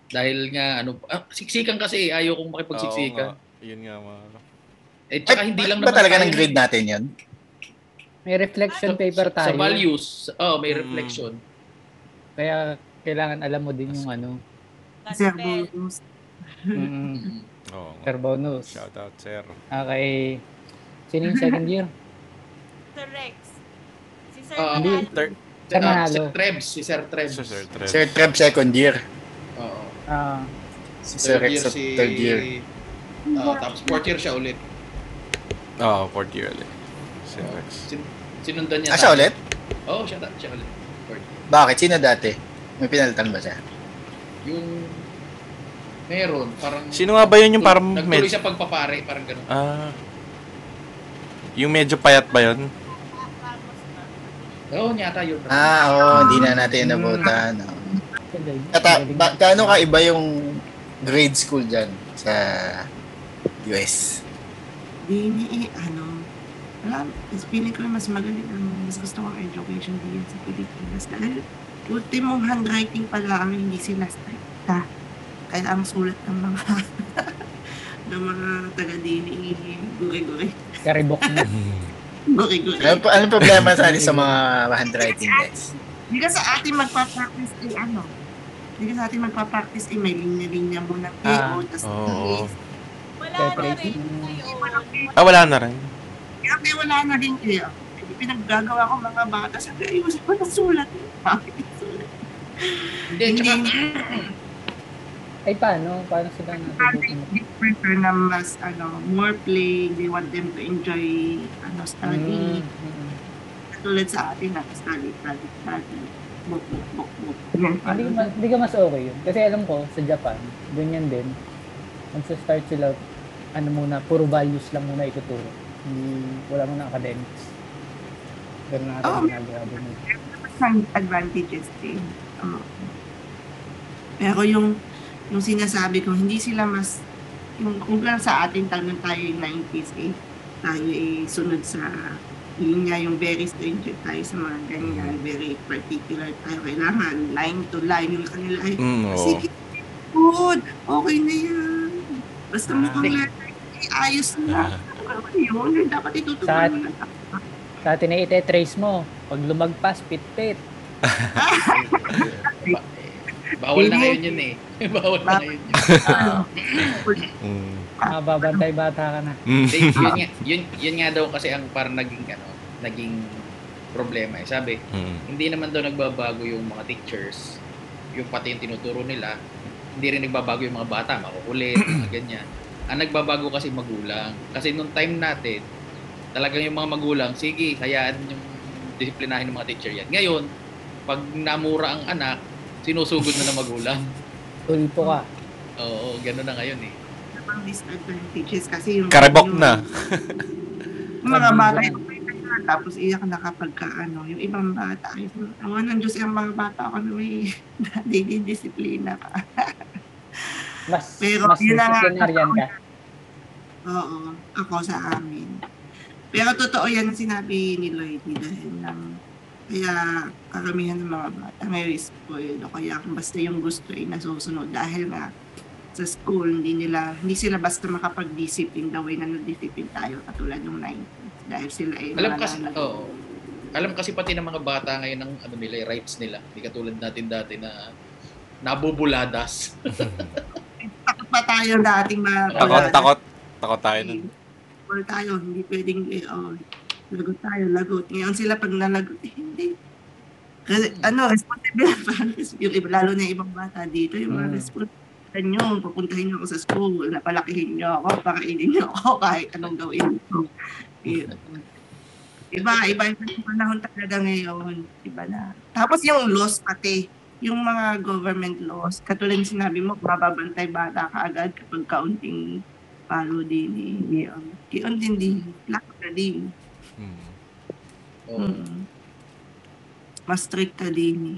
Dahil nga ano, ah, siksikan kasi eh, ayaw kong makipagsiksikan.
Oo nga. Yun nga mga...
Eh
ay,
tsaka hindi lang
ba
naman
talaga
tayo- eh.
ng grade natin yun?
may reflection
Sa-
paper
sa,
tayo.
sa values, oh, may
Mm.
reflection.
Kaya kailangan alam mo din yung ano.
Kasi ako,
Gospel.
Mm,
Oo. nga.
Sir Bonus.
Shout out, sir.
Okay. Ah, Sino yung second year?
Sir Rex. Si Sir
Ah,
Manalo.
Third,
Sir
Ah,
Manalo.
Sir Trebs, si Sir Trebs.
sir, sir, Trev.
Sir Trev second year.
Oo.
Ah,
Si Sir Rex sa third year.
Ah, tapos fourth year siya ulit.
Oo, fourth year ulit. Sir Rex.
Sin- sinundan
Ah,
niya.
siya ulit?
Oo, oh, siya, ta- siya ulit. Fourth.
Bakit? Sino dati? May pinalitan ba siya?
Yung meron, parang...
Sino nga ba yun yung parang
Nagtuloy
med-
sa pagpapare, parang ganun.
Ah. Yung medyo payat ba yun?
Ramos ba?
Oo, nyata yun.
Ah, oo. hindi na natin nabutan. oo.
galing.
Kata,
Galing.
ba, gaano ka iba yung grade school dyan sa US?
di ni, ano, wala, mas feeling ko mas magaling ang mas gusto ko education diyan sa Pilipinas. Dahil ultimong handwriting pa lang, hindi sila strikta. Kaya ang sulat ng mga ng mga taga dini guri-guri.
Karibok na.
Guri-guri.
Ano, pa- anong problema sa atin sa mga handwriting guys?
Hindi ka sa atin magpa-practice ay ano. Hindi ka sa atin magpa-practice ay may linya-linya muna.
Ah,
PO, tas
oo.
Wala
Sir
na
Rex.
rin ngayon.
Ah, wala na rin.
Kaya may wala na rin kayo. Hindi pinaggagawa ko mga bata. Sabi, ayusin ko na sulat. Bakit yung sulat?
Hindi, tsaka...
Ay, paano? Paano sila natutunan?
They prefer na mas, ano, more play. They want them to enjoy, ano,
Mm,
study.
mm.
Katulad sa atin, na study, study, study. Book, book, book, book. Yan,
Hindi,
ano.
ma- hindi ka mas okay yun. Kasi alam ko, sa Japan, ganyan din. Magsa-start sila, ano muna, puro values lang muna ituturo. Hindi, wala muna academics. Ganun natin
Oo.
oh. ginagawa din.
some advantages din. Oo. Pero yung yung sinasabi ko, hindi sila mas yung kung lang sa atin tanong tayo yung 90s eh, tayo eh sunod sa yun nga yung very stringent tayo sa mga ganyan, very particular tayo kailangan line to line yung kanila eh. ay
Mm, oo.
sige good okay na yan basta
Ah,
mo kung eh, ayos na ano ba yun Yung dapat
Sa-
itutukan mo na
Sa atin ay ite-trace mo. Pag lumagpas, pit-pit.
Ba- Bawal na ngayon yun eh. Bawal na ngayon yun.
Mm.
Mababantay-bata ka na.
Mm.
Hindi, yun, nga, yun, yun nga daw kasi ang parang naging, ano, naging problema eh. Sabi,
Mm.
hindi naman daw nagbabago yung mga teachers, yung pati yung tinuturo nila, hindi rin nagbabago yung mga bata, makukulit, mga ganyan. Ang nagbabago kasi magulang. Kasi nung time natin, talagang yung mga magulang, sige, hayaan yung disiplinahin ng mga teacher yan. Ngayon, pag namura ang anak, sinusugod na ng magulang.
Tulpo ka.
Oo, gano'n na ngayon eh.
ang disadvantages kasi yung
Karibok
yung-
na.
yung mga bata yung tapos iyak na kapag ka, ano, yung ibang bata ay awan ng Diyos yung mga bata ako na may daily disiplina pa.
Mas,
Pero
mas
yun na nga.
disciplinarian ka.
Oo, ako sa amin. Pero totoo yan ang sinabi ni Lloyd dahil lang kaya karamihan ng mga bata may spoiled o kaya kung basta yung gusto ay nasusunod dahil nga sa school hindi nila hindi sila basta makapag-discipline the way na nag-discipline tayo katulad ng 90s dahil sila ay
Alam kasi,
mananalag-
oo. Alam kasi pati ng mga bata ngayon ang ano nila, yung rights nila. Hindi katulad natin dati na nabubuladas.
takot pa tayo dating mga
Takot,
wala.
takot. Takot tayo nun.
Wala tayo, hindi pwedeng eh, oh, lagot tayo, lagot. Ngayon sila pag nalagot, eh, hindi. Kasi ano, responsible parang yung iba, lalo na yung ibang bata dito, yung mga
Mm.
responsibilidad nyo, pupuntahin nyo ako sa school, napalakihin nyo ako, pakainin nyo ako, kahit anong gawin Eh, ko.
Mm.
Yun. Iba, iba yung panahon talaga ngayon. Iba na. Tapos yung loss pati. yung mga government laws, katulad yung sinabi mo, mababantay bata ka agad kapag kaunting palo din ni Leon. Kaunting din, lakas na din.
Mm.
Oo.
Mm. Mas strict ka din. eh.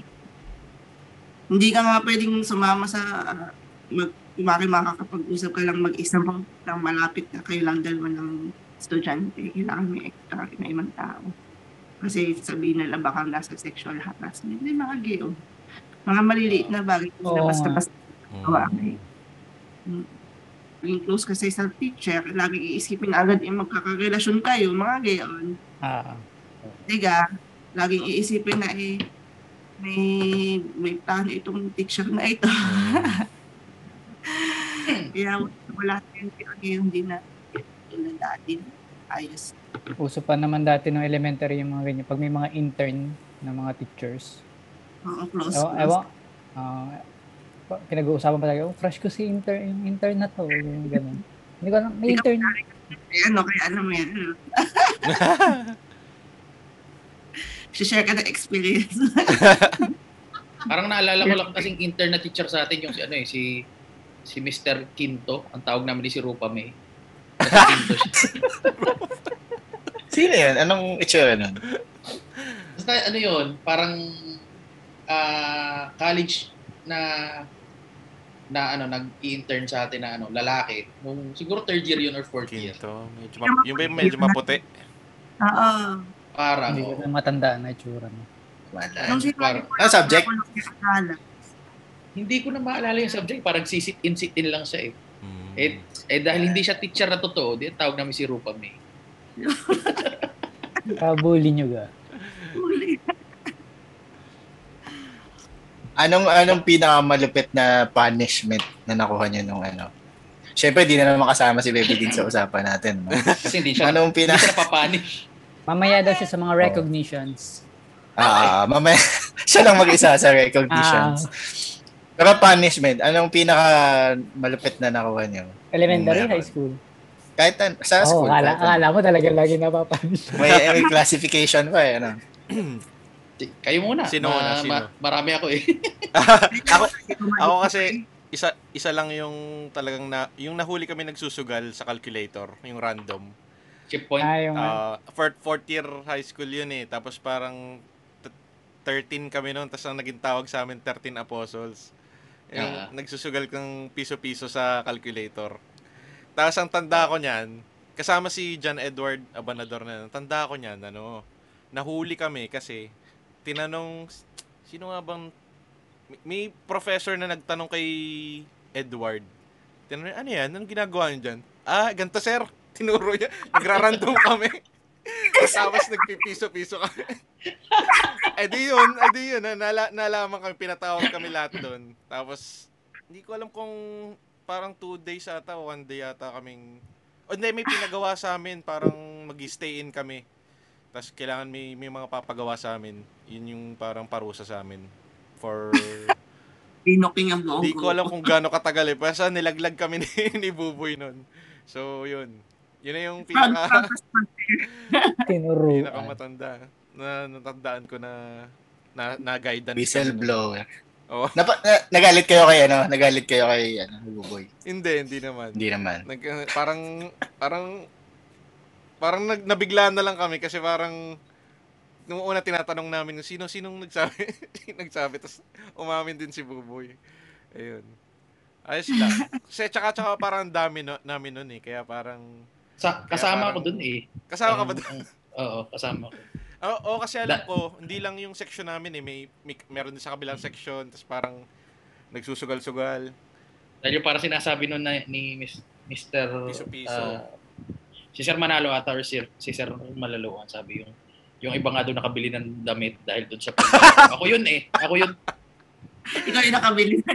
Hindi ka nga pwedeng sumama sa ah, mag kumari makakapag-usap ka lang mag-isa mo lang malapit na kayo lang dalawa ng estudyante. Kailangan may extra na ibang tao. Kasi sabihin nila baka nasa sexual harassment. Hindi mga gay. oh. Mga maliliit na bagay.
Oo
na basta
nga.
basta
Mm.
Gawa kay- maging Mm. close kasi sa teacher. Lagi iisipin agad yung magkakarelasyon kayo. Mga oh. gayon.
Ah,
Diga, laging iisipin na eh, may, may plano itong teacher na ito.
Mm.
Kaya wala tayong pero ngayon din na tulad dati. Ayos.
uso pa naman dati ng elementary yung mga ganyan. Pag may mga intern na mga teachers.
Oo, close.
Ewan,
close.
ewan. ah, pa- pinag-uusapan pa talaga, oh, fresh ko si intern, yung intern na to. Yung ganun. Hindi ko alam, may
Hindi ka
intern.
Kaya ano, kaya ano mo yan. ano. Share ka ng experience.
Parang naalala ko lang kasing intern na teacher sa atin yung si ano eh, si si Mr. Quinto, ang tawag namin ni si Rupa May. Kasi Quinto siya.
Sino yan? Anong itsura nun?
Basta ano yun, parang ah, college na na ano nag-intern sa atin na ano lalaki nung siguro third year yun or fourth year
Quinto. Medyo map- yung ba yung medyo maputi?
Oo.
parang
Hindi ko
oh,
na matandaan na itsura mo.
Wala.
Anong sinabi
parang-
ko?
Anong subject?
Ako lang yung akala.
hindi ko na maalala yung subject parang sisit in sit in lang siya eh
Mm.
eh, eh dahil hindi siya teacher na totoo di tawag namin si Rupa May
Kabuli nyo ga.
Huli.
Anong anong pinakamalupit na punishment na nakuha niyo nung ano? Siyempre, di na naman kasama si Baby Dean sa usapan natin. No?
kasi hindi siya
Anong
hindi
pina...
siya napapanish
Mamaya daw siya sa
Oh.
mga recognitions.
Ah, mamaya, siya lang mag-isa sa
Ah,
recognitions. Pero punishment, anong pinaka malupit na nakuha niyo?
Mm.
Elementary,
Meron.
high school.
Kahit an- sa
Oo, oh,
school.
akala,
kahit an-
akala mo talaga lagi napapanish.
may, may classification pa eh. Ano?
Si- Kayo muna.
Sino muna? Sino?
marami ako eh.
ako, ako kasi isa isa lang yung talagang na yung nahuli kami nagsusugal sa calculator, yung random.
Checkpoint.
Ah, yung,
Ah, fourth, fourth year high school yun eh. Tapos parang t- 13 kami noon. Tapos ang naging tawag sa amin, 13 apostles. Yung
Ah.
nagsusugal kang piso-piso sa calculator. Tapos ang tanda ko niyan, kasama si John Edward Abanador na yun, tanda ko niyan, ano, nahuli kami kasi tinanong, sino nga bang, may- may professor na nagtanong kay Edward. Tinanong, ano yan? Anong ginagawa niyo dyan? Ah, ganito sir. Tinuro niya. Nagrarandom kami. Tapos nagpipiso-piso kami. eh di yun, eh di yun. na- Nala, nalaman kami, pinatawag kami lahat doon. Tapos, hindi ko alam kung parang two days ata, one day ata kaming... O hindi, may pinagawa sa amin, parang mag stay in kami. Tapos kailangan may, may mga papagawa sa amin. Yun yung parang parusa sa amin. For...
Binoking ang buong
Hindi
grupo.
ko alam kung gaano katagal eh. Basta nilaglag kami ni, ni Buboy nun. So, yun. Yun na yung
Proud,
pinaka...
proud, proud.
ano, tinuruan.
pinakamatanda na natandaan ko na na, na guidance
Whistleblower.
Oo.
Napa- na- nagalit kayo kay ano? Nagalit kayo kay ano? Hugoy.
Hindi, hindi naman.
Hindi naman.
Nag, eh, parang parang parang nag, nabigla na lang kami kasi parang nung una tinatanong namin kung sino sinong nagsabi, sino nagsabi tapos umamin din si Buboy. Ayun. Ayos lang. Kasi tsaka tsaka parang ang dami no, namin nun eh. Kaya parang
Sa, kasama
parang-
ko dun eh.
kasama ka ba Ah,
Ang- ang- Oo, kasama ko.
Oo, oo, kasi alam
Da-
ko, hindi lang yung section namin eh. May, may meron din sa kabilang section, tapos parang nagsusugal-sugal.
Dahil yung parang sinasabi nun na, ni Miss, Mr.
Piso-piso.
ah, si Sir Manalo ata or Sir, si Sir Malaloan, sabi yung yung iba nga doon nakabili ng damit dahil doon sa pagkakas. ako yun eh. Ako yun.
Ikaw yung nakabili na.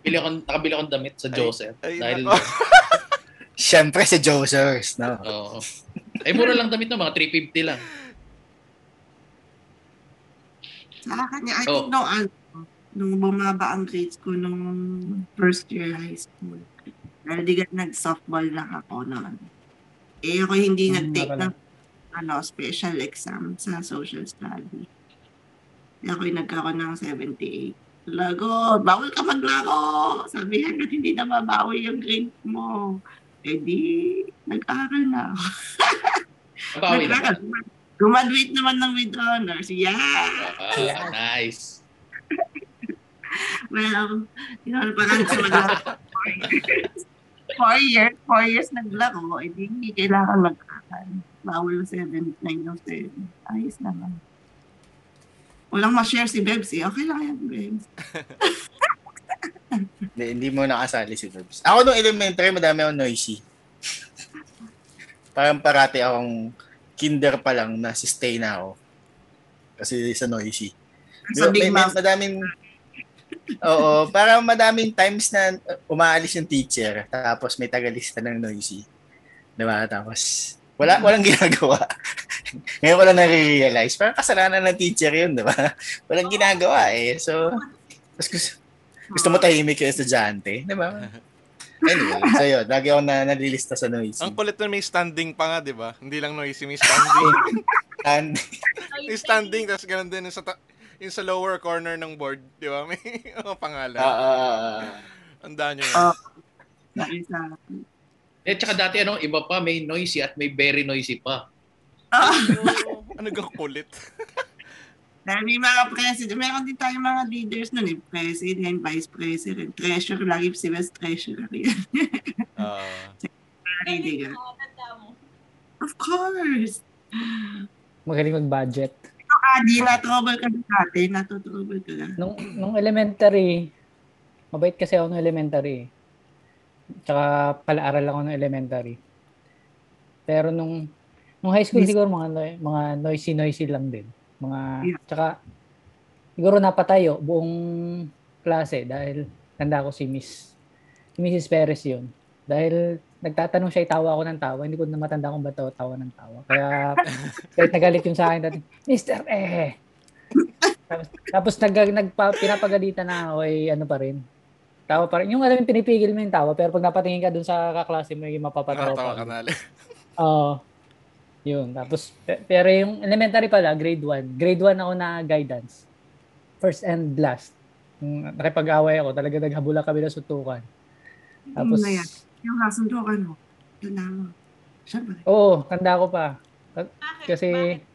Bili akong, nakabili akong damit sa
Ay,
Joseph.
ay,
dahil,
nako.
Siyempre si Josers, no?
Oo. Ay, mura lang damit na mga 350 lang.
Sa akin, I
Oh.
think no, ano, nung bumaba ang grades ko nung first year high school, dahil di ka nag-softball lang ako noon. Eh, ako hindi
Hmm,
nag-take
nakala-
ng ano, special exam sa social study. Eh, ako'y nagkaroon ng 78. Lago, bawal ka maglaro. Sabihan at hindi na mabawi yung grade mo. Eh di, nag-aral na ako.
Nabawi na.
Nag-aral. Gumaduate naman ng with honors. Yeah!
Ah, nice.
Well, yun, parang sa mga four years, four years naglaro, eh di hindi kailangan mag-aral. Bawal 7, 9 of 10. Ayos naman. Walang ma-share si Bebs eh. Okay lang yan, Bebs.
Hindi, hindi mo nakasali si Verbs. Ako nung elementary, madami akong noisy. Parang parati akong kinder pa lang na stay na ako. Kasi sa noisy.
Sa Big
may, may,
Mouth.
madaming Oo, parang madaming times na umaalis yung teacher tapos may tagalista ng noisy. Diba? Tapos wala walang ginagawa. Ngayon ko lang nare-realize. Parang kasalanan ng teacher yun, diba? Walang ginagawa eh. So, tapos gusto, gusto
Oh,
mo tahimik yung estudyante, diba? Anyway, so yun. Lagi akong na, nalilista sa noisy.
Ang kulit na may standing pa nga, di ba? Hindi lang noisy, may standing.
And,
may standing, tapos ganun din yung sa, ta- yung sa lower corner ng board, di ba? May mga pangalan.
ah, ah, ah, ah.
Ang daan nyo.
Ah. Dahil sa...
Eh, tsaka dati, ano, iba pa, may noisy at may very noisy pa.
Ah,
ano gang kulit?
dahil may mga president. Meron din tayong mga leaders nun eh. President, vice president, treasurer. Lagi si Bebs treasurer yan.
Ah.
Hindi
Galing
ka.
ka, tanda mo.
Of course.
Magaling mag-budget.
Ah, di na trouble ka na dati. Natutrouble ka na.
Nung, nung elementary, mabait kasi ako nung elementary. eh. Tsaka pala-aral ako nung elementary. Pero nung nung high school
Yes.
siguro mga noi- mga noisy noisy lang din. Mga
Yeah.
tsaka siguro napatayo buong klase dahil tanda ko si Miss si Mrs. Perez yun. Dahil nagtatanong siya, tawa ako ng tawa. Hindi ko na matanda kung ba to, tawa ng tawa. Kaya kahit nagalit yung sa akin dati, Mr. Eh. tapos, tapos nag, nagpa, pinapagalitan na ako, eh, ano pa rin. Tawa pa rin. Yung alam yung pinipigil mo yung tawa, pero pag napatingin ka dun sa kaklase mo, yung mapapatawa
Nakatawa ka
pa.
na. ulit.
Oo. yun. Tapos, pe- pero yung elementary pala, grade 1. Grade 1 ako na guidance. First and last. Yung Nakipag-away ako, talaga naghabula kami ng sutukan. Tapos,
Yun na yan. Yung kasundo ka, no? Tanawa. Siyempre.
oo, tanda ko pa.
Bakit?
Kasi,
Bakit?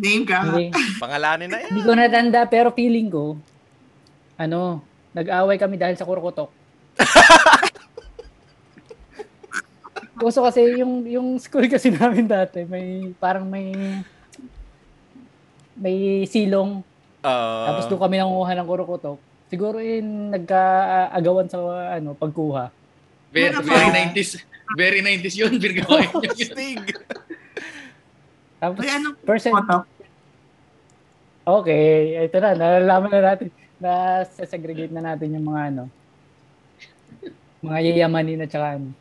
Name drop.
hindi,
Pangalanin na yan.
Hindi ko natanda pero feeling ko ano, nag-away kami dahil sa kurkutok. Uso kasi yung yung school kasi namin dati may parang may may silong
Ah.
tapos doon kami nanguha ng kurukutok. Siguro in nagkaagawan sa ano pagkuha.
Very,
Wala pa.
very 90s. Very 90s yun, Virgoy.
Stig.
Tapos
Uy, anong
person
photo?
okay, ito na nalalaman na natin na segregate na natin yung mga ano mga yayamanin at saka ano.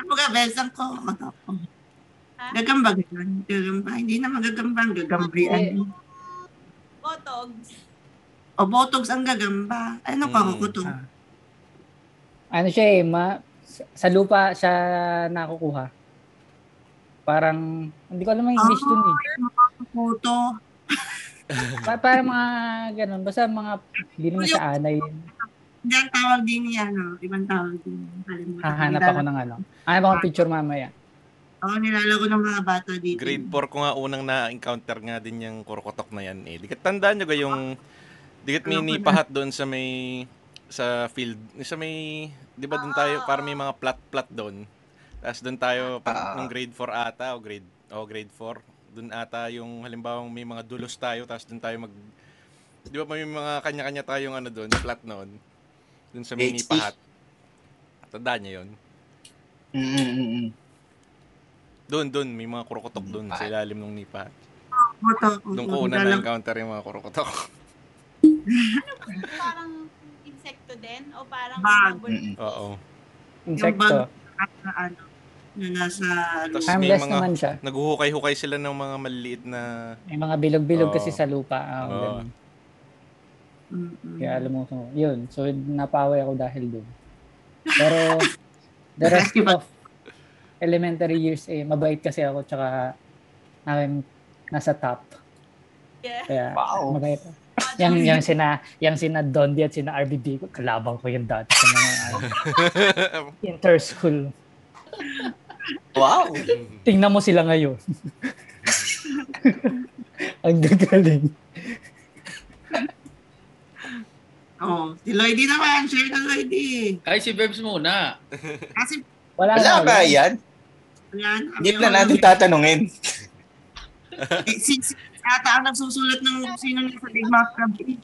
Ano ka, besang ko? Matok ko.
Ha?
Gagamba ganyan. Gagamba. Hindi na magagamba. ang Gagamba
Eh.
yan.
Botogs.
O botox ang gagamba. Ano ka,
Mm.
kukuto?
Ah. ano siya eh, ma, sa lupa siya nakukuha. Parang, hindi ko alam ang English dun eh.
Kukuto.
Pa- parang mga ganun, basta mga, hindi naman siya anay.
Hindi ang tawag din niya, no? Ibang tawag din. Kalimutan.
Hahanap ako ng ano. Hanap ako ng picture mamaya.
Oo, nilalaro ng mga bata dito.
Grade 4 ko nga unang na-encounter nga din yung kurkotok na yan eh. Dikat tandaan nyo ga yung dikat may
Ayoko na.
nipahat doon sa may sa field. Sa may, di ba doon tayo, para may mga plat-plat doon. Tapos doon tayo,
Ah.
pa, nung grade 4 ata, o grade, o grade 4, doon ata yung halimbawa may mga dulos tayo, tapos doon tayo mag, di ba may mga kanya-kanya tayong ano doon, plat noon. Doon sa may
HE.
nipahat. Tandaan nyo yun.
Mm, mm, mm, mm.
Doon, doon, may mga kurokotok doon sa ilalim ng nipahat.
Kukuto.
Doon ko una na-encounter yung mga kurokotok.
Parang insekto din? O parang...
Bag.
Mm-mm.
Oo.
Insekto.
na ano, na nasa ano,
Tas
lupa.
Harmless
May mga-
naman siya.
Naghuhukay-hukay sila ng mga maliliit na...
May mga bilog-bilog
Oo.
kasi sa lupa. Ah,
Oo.
ganun.
Mm-mm.
Kaya alam mo, so, yun. So, napaway ako dahil doon. Pero, the rest of elementary years, eh, mabait kasi ako, tsaka, um, nasa top.
Yeah.
Kaya,
Wow.
mabait. Yang, yang sina, yang sina Dondi at sina RBB ko, kalabang ko yung dati sa mga ano, inter-school.
Wow!
Tingnan mo sila ngayon. Ang gagaling.
Oh, si Lloydie naman. Share na Lloydie.
Ay, si Verbs muna.
Kasi
Wala,
Wala
na,
ba yan?
yan.
Hindi na natin tatanungin.
Eh, Si, si, ata ang nagsusulat ng sino na sa Big Mac Club. eh.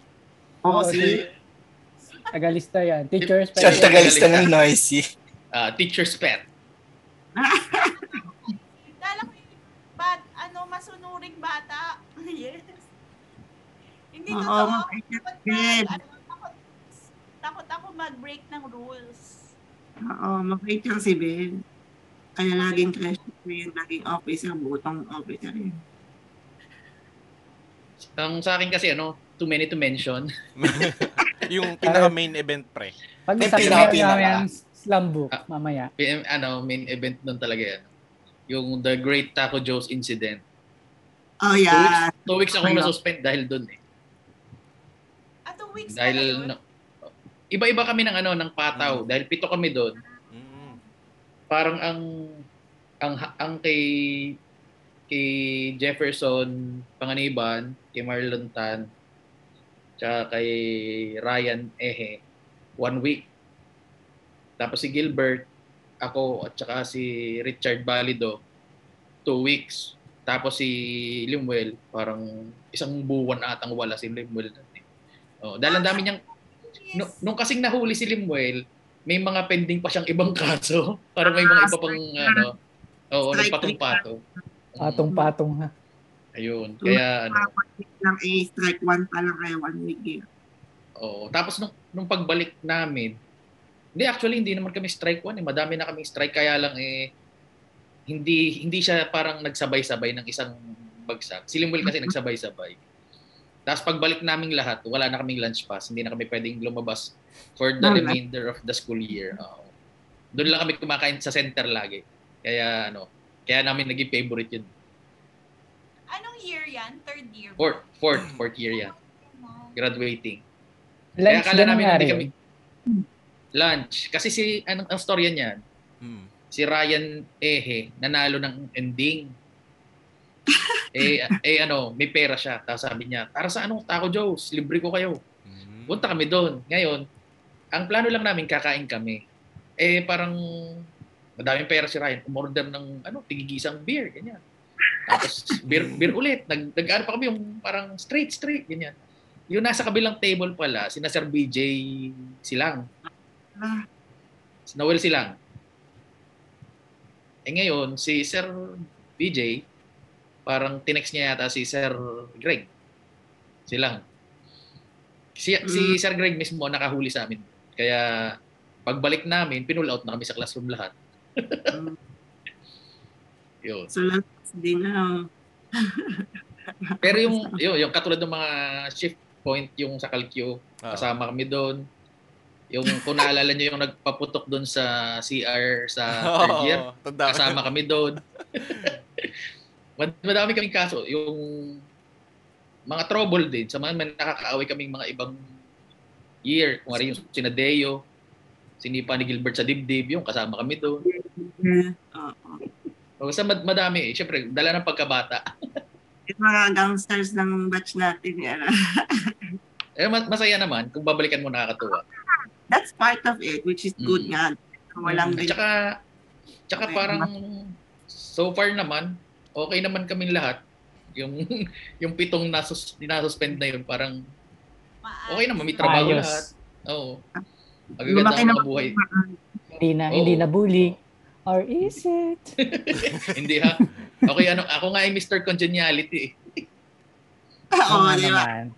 Oh,
Oo,
si...
Tagalista yan. Teachers,
Siya
Pwede.
ang tagalista ng noisy.
Ah, teacher's pet.
Kala ko yung bat, ano, masunuring bata. yes. Hindi
Oo,
totoo.
mabait na
Takot
kid.
na- ano, takot, takot ako mag-break ng rules.
Oo, mabait yung si Ben. Kaya laging treasure ko yun, laging officer, butong officer yun.
Ang sa akin kasi, ano, too many to mention.
Ah.
yung pinaka-main event, pre.
Pag
May
usapan
pinaka-
namin
pinaka.
yan, slam book,
Ah.
mamaya.
PM, ano, main event nun talaga yan. Yung The Great Taco Joe's Incident.
Oh,
Two weeks,
yeah.
two weeks akong
Okay.
nasuspend dahil dun eh.
At Ah, two weeks na
Dahil,
yun.
no, iba-iba kami ng ano, ng pataw. Dahil pito kami dun.
Mm.
parang ang ang ang kay kay Jefferson Panganiban, kay Marlon Tan, tsaka kay Ryan Ehe, one week. Tapos si Gilbert, ako, at tsaka si Richard Balido, two weeks. Tapos si Limwell, parang isang buwan atang wala si Limwell. Oh, dahil ang dami niyang
Yes.
no, nung kasing nahuli si Limuel, may mga pending pa siyang ibang kaso. Parang may mga iba pang ano. Oo,
Strike
nagpatong-pato. Mm,
Patong-patong ha.
Ayun. Kaya ano.
Ah, one week lang eh, strike one pa lang kaya one week eh.
Oo. Tapos nung, nung pagbalik namin, hindi actually hindi naman kami strike one. Eh. Madami na kaming strike kaya lang eh hindi hindi siya parang nagsabay-sabay ng isang bagsak. Si Limuel kasi nagsabay-sabay. Tapos pagbalik naming lahat, wala na kaming lunch pass. Hindi na kami pwedeng lumabas for the
Wala.
remainder of the school year. Oo. Doon lang kami kumakain sa center lagi. Kaya ano, kaya namin naging favorite yun.
Anong year yan? Third year? ba?
Fourth, fourth, fourth year yan. Graduating. Kaya
Lunch
akala
din
namin
nangyari.
hindi kami lunch. Kasi si, anong ang storya niyan,
Mm.
si Ryan Ehe, nanalo ng ending. eh, eh ano, may pera siya. Tapos sabi niya, para sa anong Taco Joe's, libre ko kayo.
Mm.
Punta kami doon. Ngayon, ang plano lang namin, kakain kami. Eh, parang madaming pera si Ryan. Umorder ng ano, tigigisang beer, ganyan. Tapos beer, beer ulit. Nag, nag ano pa kami yung parang straight, straight, ganyan. Yung nasa kabilang table pala, sina Sir BJ Silang.
Ah.
Si Noel Silang. Eh ngayon, si Sir BJ, parang tinext niya yata si Sir Greg. Silang. Si, si Sir Greg mismo nakahuli sa amin. Kaya pagbalik namin, pinull out na kami sa classroom lahat.
Mm.
Yun.
So last din na.
Pero yung, yun, yung katulad ng mga shift point, yung sa Calcio,
Ah.
kasama kami doon. Yung kung naalala nyo yung nagpaputok doon sa CR sa third year,
Oo, tanda ko.
kasama kami doon. Mad- Madami kaming kaso. Yung mga trouble din. Sa mga may nakakaaway kaming mga ibang year. Kung rin yung sinadeo, sinipa ni Gilbert sa dibdib, yung kasama kami doon.
Eh, Oo.
O, Basta mad- madami eh. Siyempre, dala ng pagkabata.
Yung mga downstairs ng batch natin. yan.
Eh, mas- masaya naman kung babalikan mo nakakatuwa.
That's part of it, which is good
Mm.
nga. Walang
At
mm.
saka, tsaka
Okay.
parang so far naman, okay naman kaming lahat. Yung yung pitong nasus, dinasuspend na yun, parang
Maayos.
okay naman, may trabaho lahat.
Ayos.
Oo. Magaganda
lumaki
ang
na
mga buhay.
Hindi na,
Oo.
hindi na bully. Or is it?
Hindi ha? Okay, ano, ako nga ay Mr. Congeniality eh. Oh,
Oo,
Oo
di ba?
naman.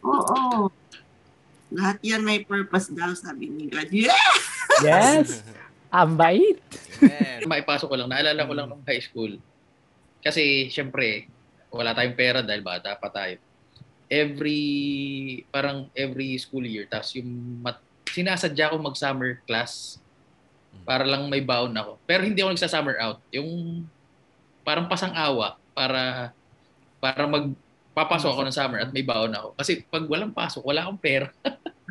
Oo. Lahat yan may purpose daw, sabi ni God. Yeah!
Yes! Ang bait.
Amen.
Maipasok ko lang, naalala ko lang nung high school. Kasi, syempre, wala tayong pera dahil bata pa tayo. Every, parang every school year, tapos yung mat- sinasadya ko mag-summer class para lang may baon ako. Pero hindi ako nagsa-summer out. Yung parang pasang-awa para para mag papasok ako ng summer at may baon ako. Kasi pag walang pasok, wala akong pera.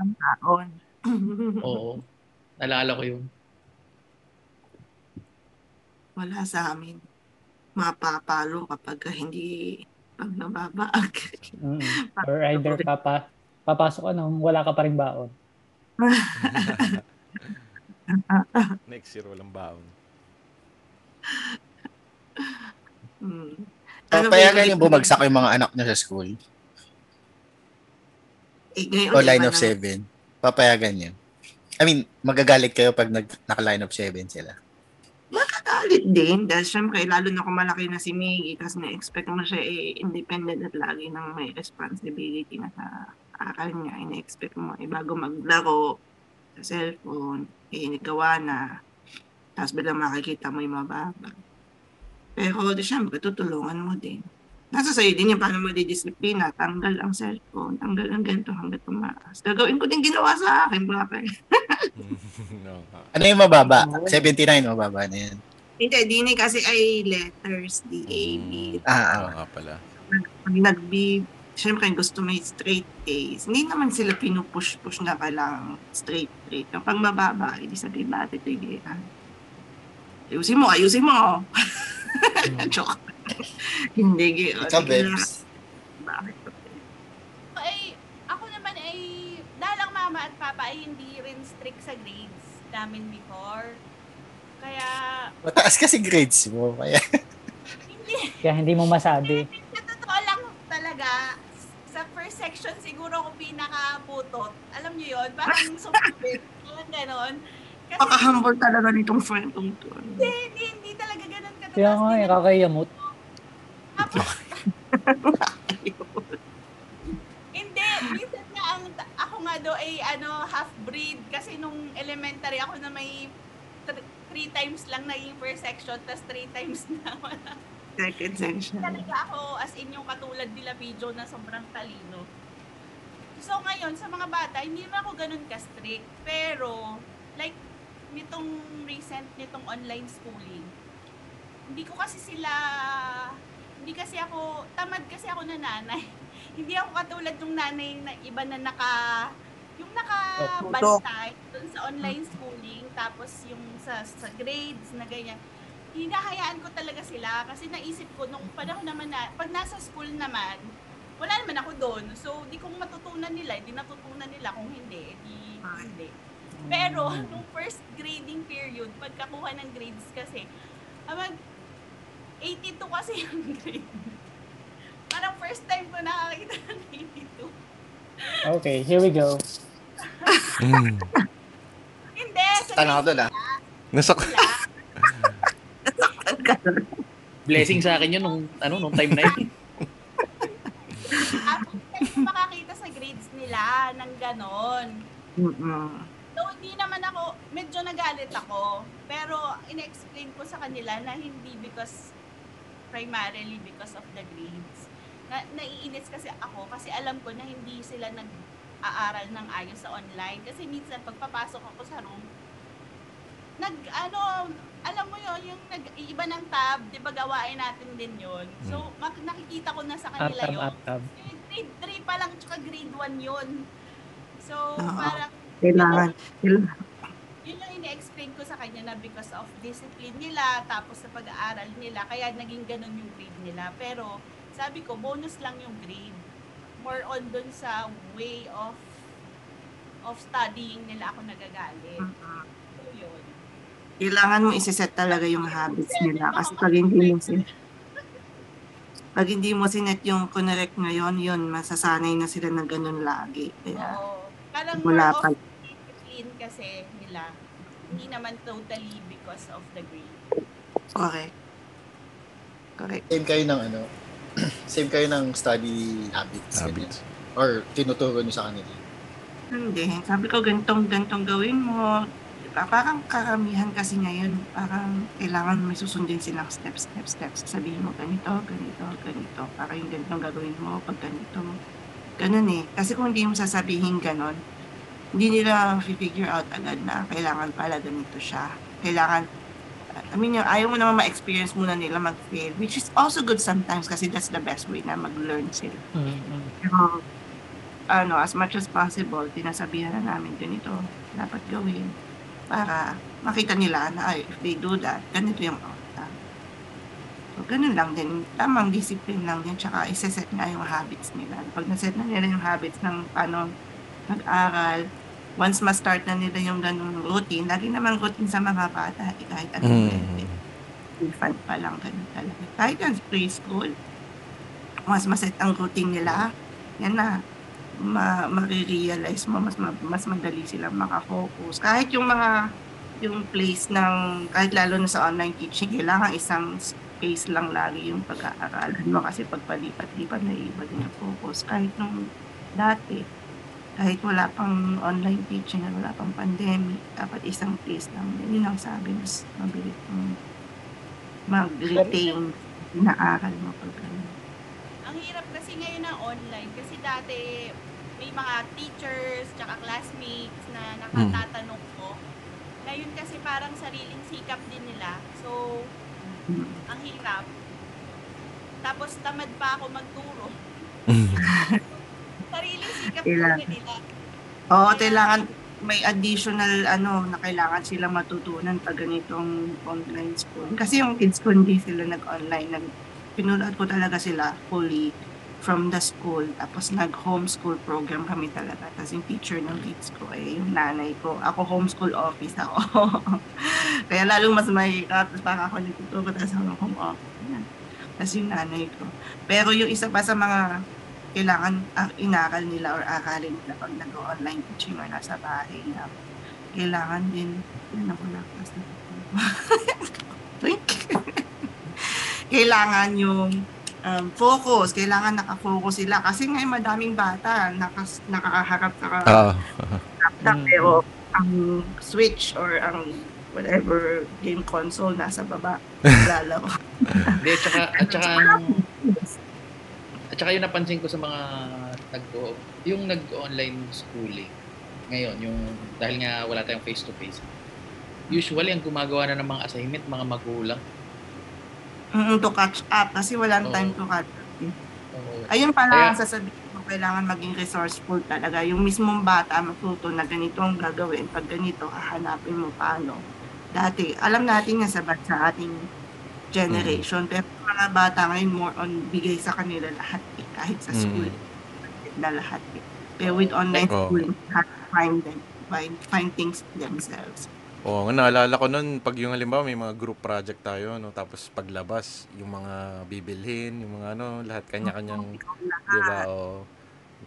Ang taon.
Oh.
Oo. Nalala ko yun.
Wala sa amin. Mapapalo kapag hindi pag nababaag.
Mm. Or either papa, papasok ka nung wala ka pa rin baon.
Next year, walang baon.
Hmm.
So,
Ano ba
kaya
yung-
kailan bumagsak yung mga anak niya sa school?
Eh, ngayon,
O line
iba
of
na-
seven? Papayagan yun. I mean, magagalit kayo pag nag, naka-line of seven sila.
Nakakalit din. Dahil syempre, lalo na kung malaki na si Miggy kasi na-expect mo siya eh, independent at lagi nang may responsibility na sa akal niya. Ina-expect mo eh, bago maglaro sa cellphone, eh, nagawa na. Tapos biglang makikita mo yung mababa. Pero di syempre, tutulungan mo din. Nasa sa'yo din yung paano mo didisiplina. Tanggal ang cellphone, tanggal ang ganito hanggat tumaas. Gagawin ko din ginawa sa akin. Wala pa
no. ah.
Ano yung mababa? 79, mababa na yan.
Hindi, DNA kasi ay letters, D, A, B.
Oo
Ah, ah.
nga pala.
Pag nag-B, syempre gusto may straight A's. Hindi naman sila pinupush-push na kailangan straight, straight. Kapag mababa, hindi sabihin, bakit hindi? ah? Ayusin mo, ayusin mo. Joke. hindi, gi-
Ikaw,
hindi na-
Bebs.
Bakit?
Ako ay, ako naman ay, dahil ang mama at papa ay hindi rin strict sa grades namin before. Kaya,
Mataas kasi grades mo. Kaya,
hindi.
Kaya hindi mo
eh,
masabi.
Sa totoo lang talaga, sa first section siguro ako pinakabutot. Alam niyo yon parang sumabit. Parang ganon. Kasi,
Ah,
Pakahambol talaga nitong friend kong to. Ano?
hindi, hindi, hindi talaga ganon katatas.
Kaya nga, eh, kakayamot.
Tapos, Hindi, minsan nga ang, ako nga do ay ano, half-breed kasi nung elementary ako na may thr- three times lang naging first section tapos three times na wala.
Second section.
Talaga ako as in yung katulad nila video na sobrang talino. So ngayon, sa mga bata, hindi na ako ganun ka-strict. Pero, like, nitong recent, nitong online schooling, hindi ko kasi sila, hindi kasi ako, tamad kasi ako na nanay. hindi ako katulad ng nanay na iba na naka, yung nakabantay dun sa online schooling, tapos yung sa, sa grades na ganyan. Hinahayaan ko talaga sila kasi naisip ko nung panahon naman na, pag nasa school naman, wala naman ako doon. So, di kong matutunan nila, di natutunan nila kung hindi, di hindi. Pero, nung first grading period, pagkakuha ng grades kasi, amag, 82 kasi yung grade. Parang first time ko nakakita ng 82.
Okay, here we go.
Hmm.
Hindi, sa
Tanong ako doon ah.
Nasak
Blessing sa akin yun nung, ano, nung time na yun.
Ako time ko makakita sa grades nila ng ganon.
Mm-mm.
So, hindi naman ako, medyo nagalit ako. Pero, in-explain ko sa kanila na hindi because, primarily because of the grades. Na, naiinis kasi ako kasi alam ko na hindi sila nag-aaral ng ayos sa online. Kasi minsan, pagpapasok ako sa room, nag, ano, alam mo yon yung nag-iiba ng tab, di ba gawain natin din yon So, mak- nakikita ko na sa
Up,
kanila
up,
yun.
up, up.
Eh, Grade 3 pa lang, tsaka grade 1 yun. So,
Oo.
parang,
Kailangan. Kail-
yun yung ina-explain ko sa kanya na because of discipline nila, tapos sa pag-aaral nila, kaya naging ganun yung grade nila. Pero, sabi ko, bonus lang yung grade. More on dun sa way of of studying nila ako nagagalit.
Mm-mm.
So, yun.
Kailangan mo isiset talaga yung habits nila kasi pag hindi mo sin pag hindi mo sinet yung connect ngayon, yun, masasanay na sila na ganun lagi. Kaya,
Oo. Parang
Wala
more
pa.
of discipline kasi nila. Hindi naman totally because of the grade.
correct. Correct.
same kayo ng ano, same kayo ng study habits. ganyan.
Habits.
Or tinuturo niyo sa kanila.
Hindi. Sabi ko, gantong, gantong gawin mo. Diba? Parang karamihan kasi ngayon, parang kailangan may susundin silang step, step, steps. Sabihin mo, ganito, ganito, ganito. Para yung gantong gagawin mo, pag ganito. Ganun eh. Kasi kung hindi mo sasabihin ganun, hindi nila figure out agad na kailangan pala ganito siya. Kailangan I mean, yung ayaw mo naman ma-experience muna nila mag-fail, which is also good sometimes kasi that's the best way na mag-learn sila.
Mm-mm.
Pero, ano, as much as possible, tinasabihan na namin ganito, dapat gawin para makita nila na ay, if they do that, ganito yung outcome. So, ganun lang din. Tamang discipline lang din. Tsaka, iseset nga yung habits nila. Pag naset na nila yung habits ng paano mag-aral, once ma-start na nila yung ganun routine, lagi naman routine sa mga bata, eh, kahit ano
Mm.
infant pa lang ganun talaga. Kahit ang preschool, mas maset ang routine nila, yan na, ma marirealize mo, mas, ma- mas madali silang makafocus. Kahit yung mga, yung place ng, kahit lalo na sa online teaching, kailangan isang space lang lagi yung pag-aaralan mo kasi pagpalipat-lipat na iba din ang focus. Kahit nung dati, kahit wala pang online teaching at wala pang pandemic, dapat isang place lang. Yun ang sabi, mas mabilis kung mag-retain inaaral mo pag ano.
Ang hirap kasi ngayon ng online kasi dati may mga teachers tsaka classmates na nakatatanong ko. Ngayon kasi parang sariling sikap din nila. So,
Mm.
ang hirap. Tapos tamad pa ako magturo. Sariling sikap
Kailangan.
ko nila.
Oo, kailangan may additional ano na kailangan sila matutunan pag ganitong online school. Kasi yung kids ko hindi sila nag-online. Nag, pinulat ko talaga sila fully from the school. Tapos nag-homeschool program kami talaga. Tapos yung teacher ng kids ko eh, yung nanay ko. Ako homeschool office ako. Kaya lalong mas mahirap. Tapos parang ako nagtuturo. Tapos ako home office. Yan. Tapos yung nanay ko. Pero yung isa pa sa mga kailangan ah, inaral nila or aralin nila pag nag-online teaching or nasa bahay na kailangan din yun ako lakas na Wink. kailangan yung um, focus kailangan nakafocus sila kasi ngayon madaming bata nakas, nakaharap sa
Ah.
laptop
Mm.
pero ang switch or ang whatever game console nasa baba lalaro
Hindi, at saka, at saka, ang- at saka yung napansin ko sa mga nag yung nag-online schooling ngayon, yung dahil nga wala tayong face-to-face, usually ang gumagawa na ng mga assignment, mga magulang.
Mm, to catch up kasi walang
Oo.
time to catch up eh.
Oo.
Ayun pala ang
Kaya-
sasabihin ko, kailangan maging resourceful talaga. Yung mismong bata matuto na ganito ang gagawin. Pag ganito, hahanapin mo paano. Dati, alam natin yan sa, bat- sa ating generation. Pero yung mga bata ngayon, more on bigay sa kanila lahat. Eh, kahit sa
Mm.
school, na lahat. Eh. Pero with online
Oo.
schooling, you have to find them. Find, find things themselves.
Oo, nga, naalala ko nun, pag yung halimbawa may mga group project tayo, no, tapos paglabas, yung mga bibilhin, yung mga ano, lahat kanya-kanyang,
Ikaw lang.
di ba, o,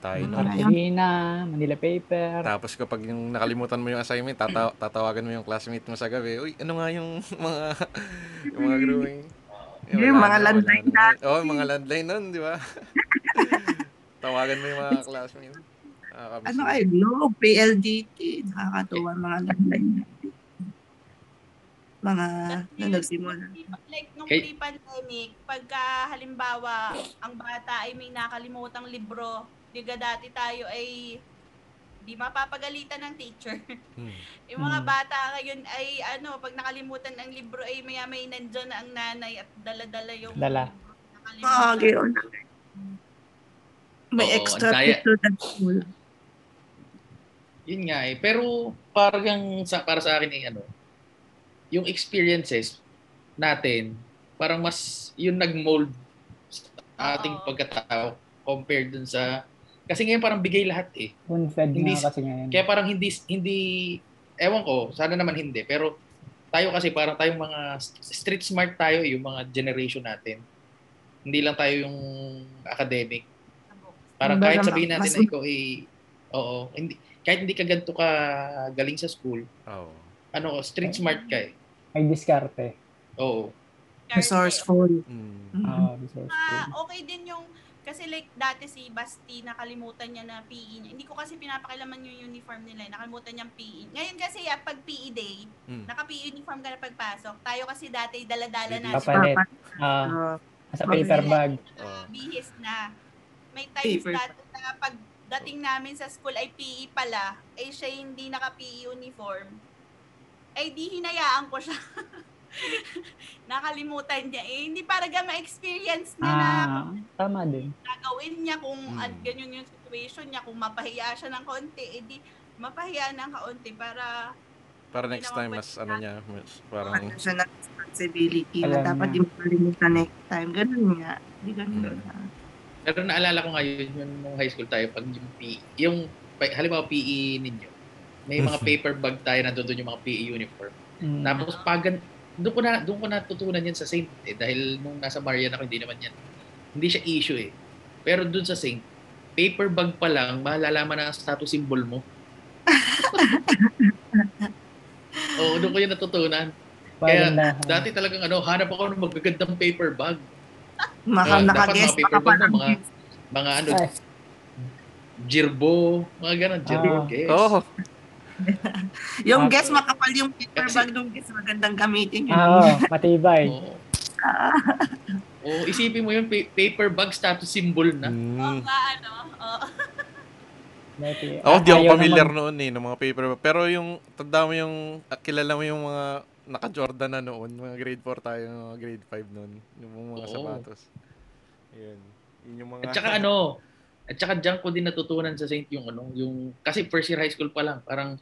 tayo nun.
Marcelina, Manila Paper.
Tapos kapag yung nakalimutan mo yung assignment, tata- tatawagan mo yung classmate mo sa gabi, uy, ano nga yung mga, yung mga drawing? Eh,
Yung mga
wala na, wala
landline
na. Oo, oh, mga landline nun, di ba? Tawagan mo yung mga classmate. Nakakamiss
Ano
yun.
kayo? No, PLDT. Nakakatuwa mga landline natin. Mga na Ah, nagsimula.
Like nung
Kay-
pre-pandemic, pagka halimbawa ang bata ay may nakalimutang libro, diga dati tayo ay di mapapagalitan ng teacher.
Hmm.
Yung mga
Mm.
bata ngayon ay ano, pag nakalimutan ang libro ay maya may nandyan na ang nanay at dala-dala yung
Dala.
libro na
Oo,
nakalimutan.
gayon. May
Oo,
extra
ang daya.
tip to that school.
Yun nga eh. Pero parang sa, para sa akin eh, ano, yung experiences natin, parang mas yun nag-mold sa ating
Oo.
pagkatao compared dun sa... Kasi ngayon parang bigay lahat eh.
Unfed
Hindi
nga
si-
kasi ngayon.
Kaya parang hindi, hindi, ewan ko, sana naman hindi, pero tayo kasi parang tayong mga st- street smart tayo, yung mga generation natin. Hindi lang tayo yung academic. Parang
Kumbaga,
kahit sabihin natin
mas-
na ikaw ay, eh, oo, hindi, kahit hindi ka ganito ka galing sa school,
Oo.
ano, street smart ka eh.
May diskarte.
Oo.
Resourceful.
Hmm.
Mm.
Ah, resourceful.
Ah, okay din yung kasi like dati si Basti nakalimutan niya na PE niya. Hindi ko kasi pinapakilaman yung uniform nila, eh. nakalimutan niyang PE. Ngayon kasi ah, pag PE day,
Hmm.
naka-PE uniform ka na pagpasok. Tayo kasi dati daladala na
Papalit. Ah,
Ah,
sa paper bag.
Ah.
Oo.
bihis na.
E
May times
Paper.
dati na pagdating namin sa school ay PE pala, E eh siya hindi naka-PE uniform. Eh di hinayaan ko siya. nakalimutan niya eh. Hindi paraga ma-experience niya na
Ah, tama din.
gagawin niya kung
Hmm.
Mm.
at ganyan yung situation niya. Kung mapahiya siya ng konti, edi mapahiya ng kaunti para
Para next time, mas ano niya, mas parang...
Ano siya na responsibility
Alam
na dapat
niya.
yung kalimutan next time. Ganun nga. Hindi ganun
Mm.
na.
Pero naalala ko ngayon yun nung high school tayo pag yung PE, yung pa- halimbawa PE ninyo, may mga paper bag tayo na doon yung mga PE uniform.
Mm.
Tapos pagan doon ko na doon ko natutunan yan sa Saint eh, dahil nung nasa Marian ako hindi naman yan. Hindi siya issue eh. Pero doon sa Saint, paper bag pa lang malalaman na ang status symbol mo. Oo, doon ko yun natutunan.
Parang na,
Dati talagang ano, hanap ako ng magagandang paper bag.
Maka,
Ah, Dapat
nakaguess,
mga
baka
paper
palang
bag, mga-
guess.
Mga ano,
Ay,
Jirbo, mga ganun, Jirbo,
Ah.
guess.
Oo.
Yung
Ah.
guess, makapal yung paper
Kasi-
bag nung guess, magandang gamitin yun.
oo, matibay.
Oo. Oo, isipin mo yun, pa- paper bag status symbol na.
Hmm.
oh,
Mm.
nga, ano, oh,
Dati,
Ako, di Ah, ako
ayaw
familiar
naman-
noon eh, ng mga paper. bag. Pero yung, tanda mo yung, ah, kilala mo yung mga naka-Jordan na noon, mga grade 4 tayo, mga grade 5 noon, yung
Oo.
mga sapatos. Yun. Yun yung mga...
At saka ano, at saka dyan ko din natutunan sa Saint yung ano, yung, kasi first year high school pa lang, parang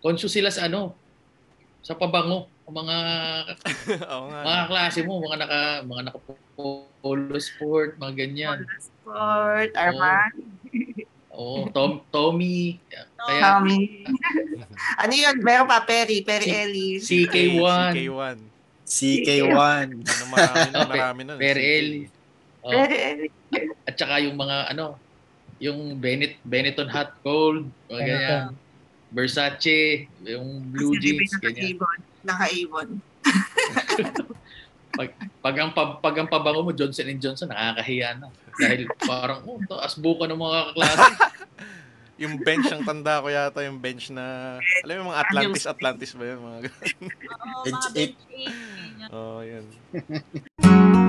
conscious sila sa ano, sa pabango, ang mga
Oo nga.
mga klase mo, mga naka mga naka polo sport, mga ganyan.
Sport,
Ah,
Armand,
Oo, Tom, Tommy, kaya
Tommy. ano yun? Meron pa, Perry, Perry
Si-
Ellis.
CK1,
CK1.
CK1.
Ano marami,
Oh,
marami nun.
Per
CK.
Ellis. Oo.
Perry Ellis.
At saka yung mga ano, yung Benet Benetton Hot Gold, mga
Ganun
ganyan. Versace, yung Blue
Kasi Ruby
Jeans, ganyan.
naka-Avon. Naka-Avon.
Pag ang, pab- pag ang pabango mo, Johnson Johnson, nakakahiya na. Dahil parang, oh, to, asbuko ng mga kaklase.
Yung bench, ang tanda ko yata, yung bench na, alam mo yung mga Atlantis, Atlantis ba yun? Mga,
oh,
It's
mga
it.
bench eight, ganyan.
oh, yun.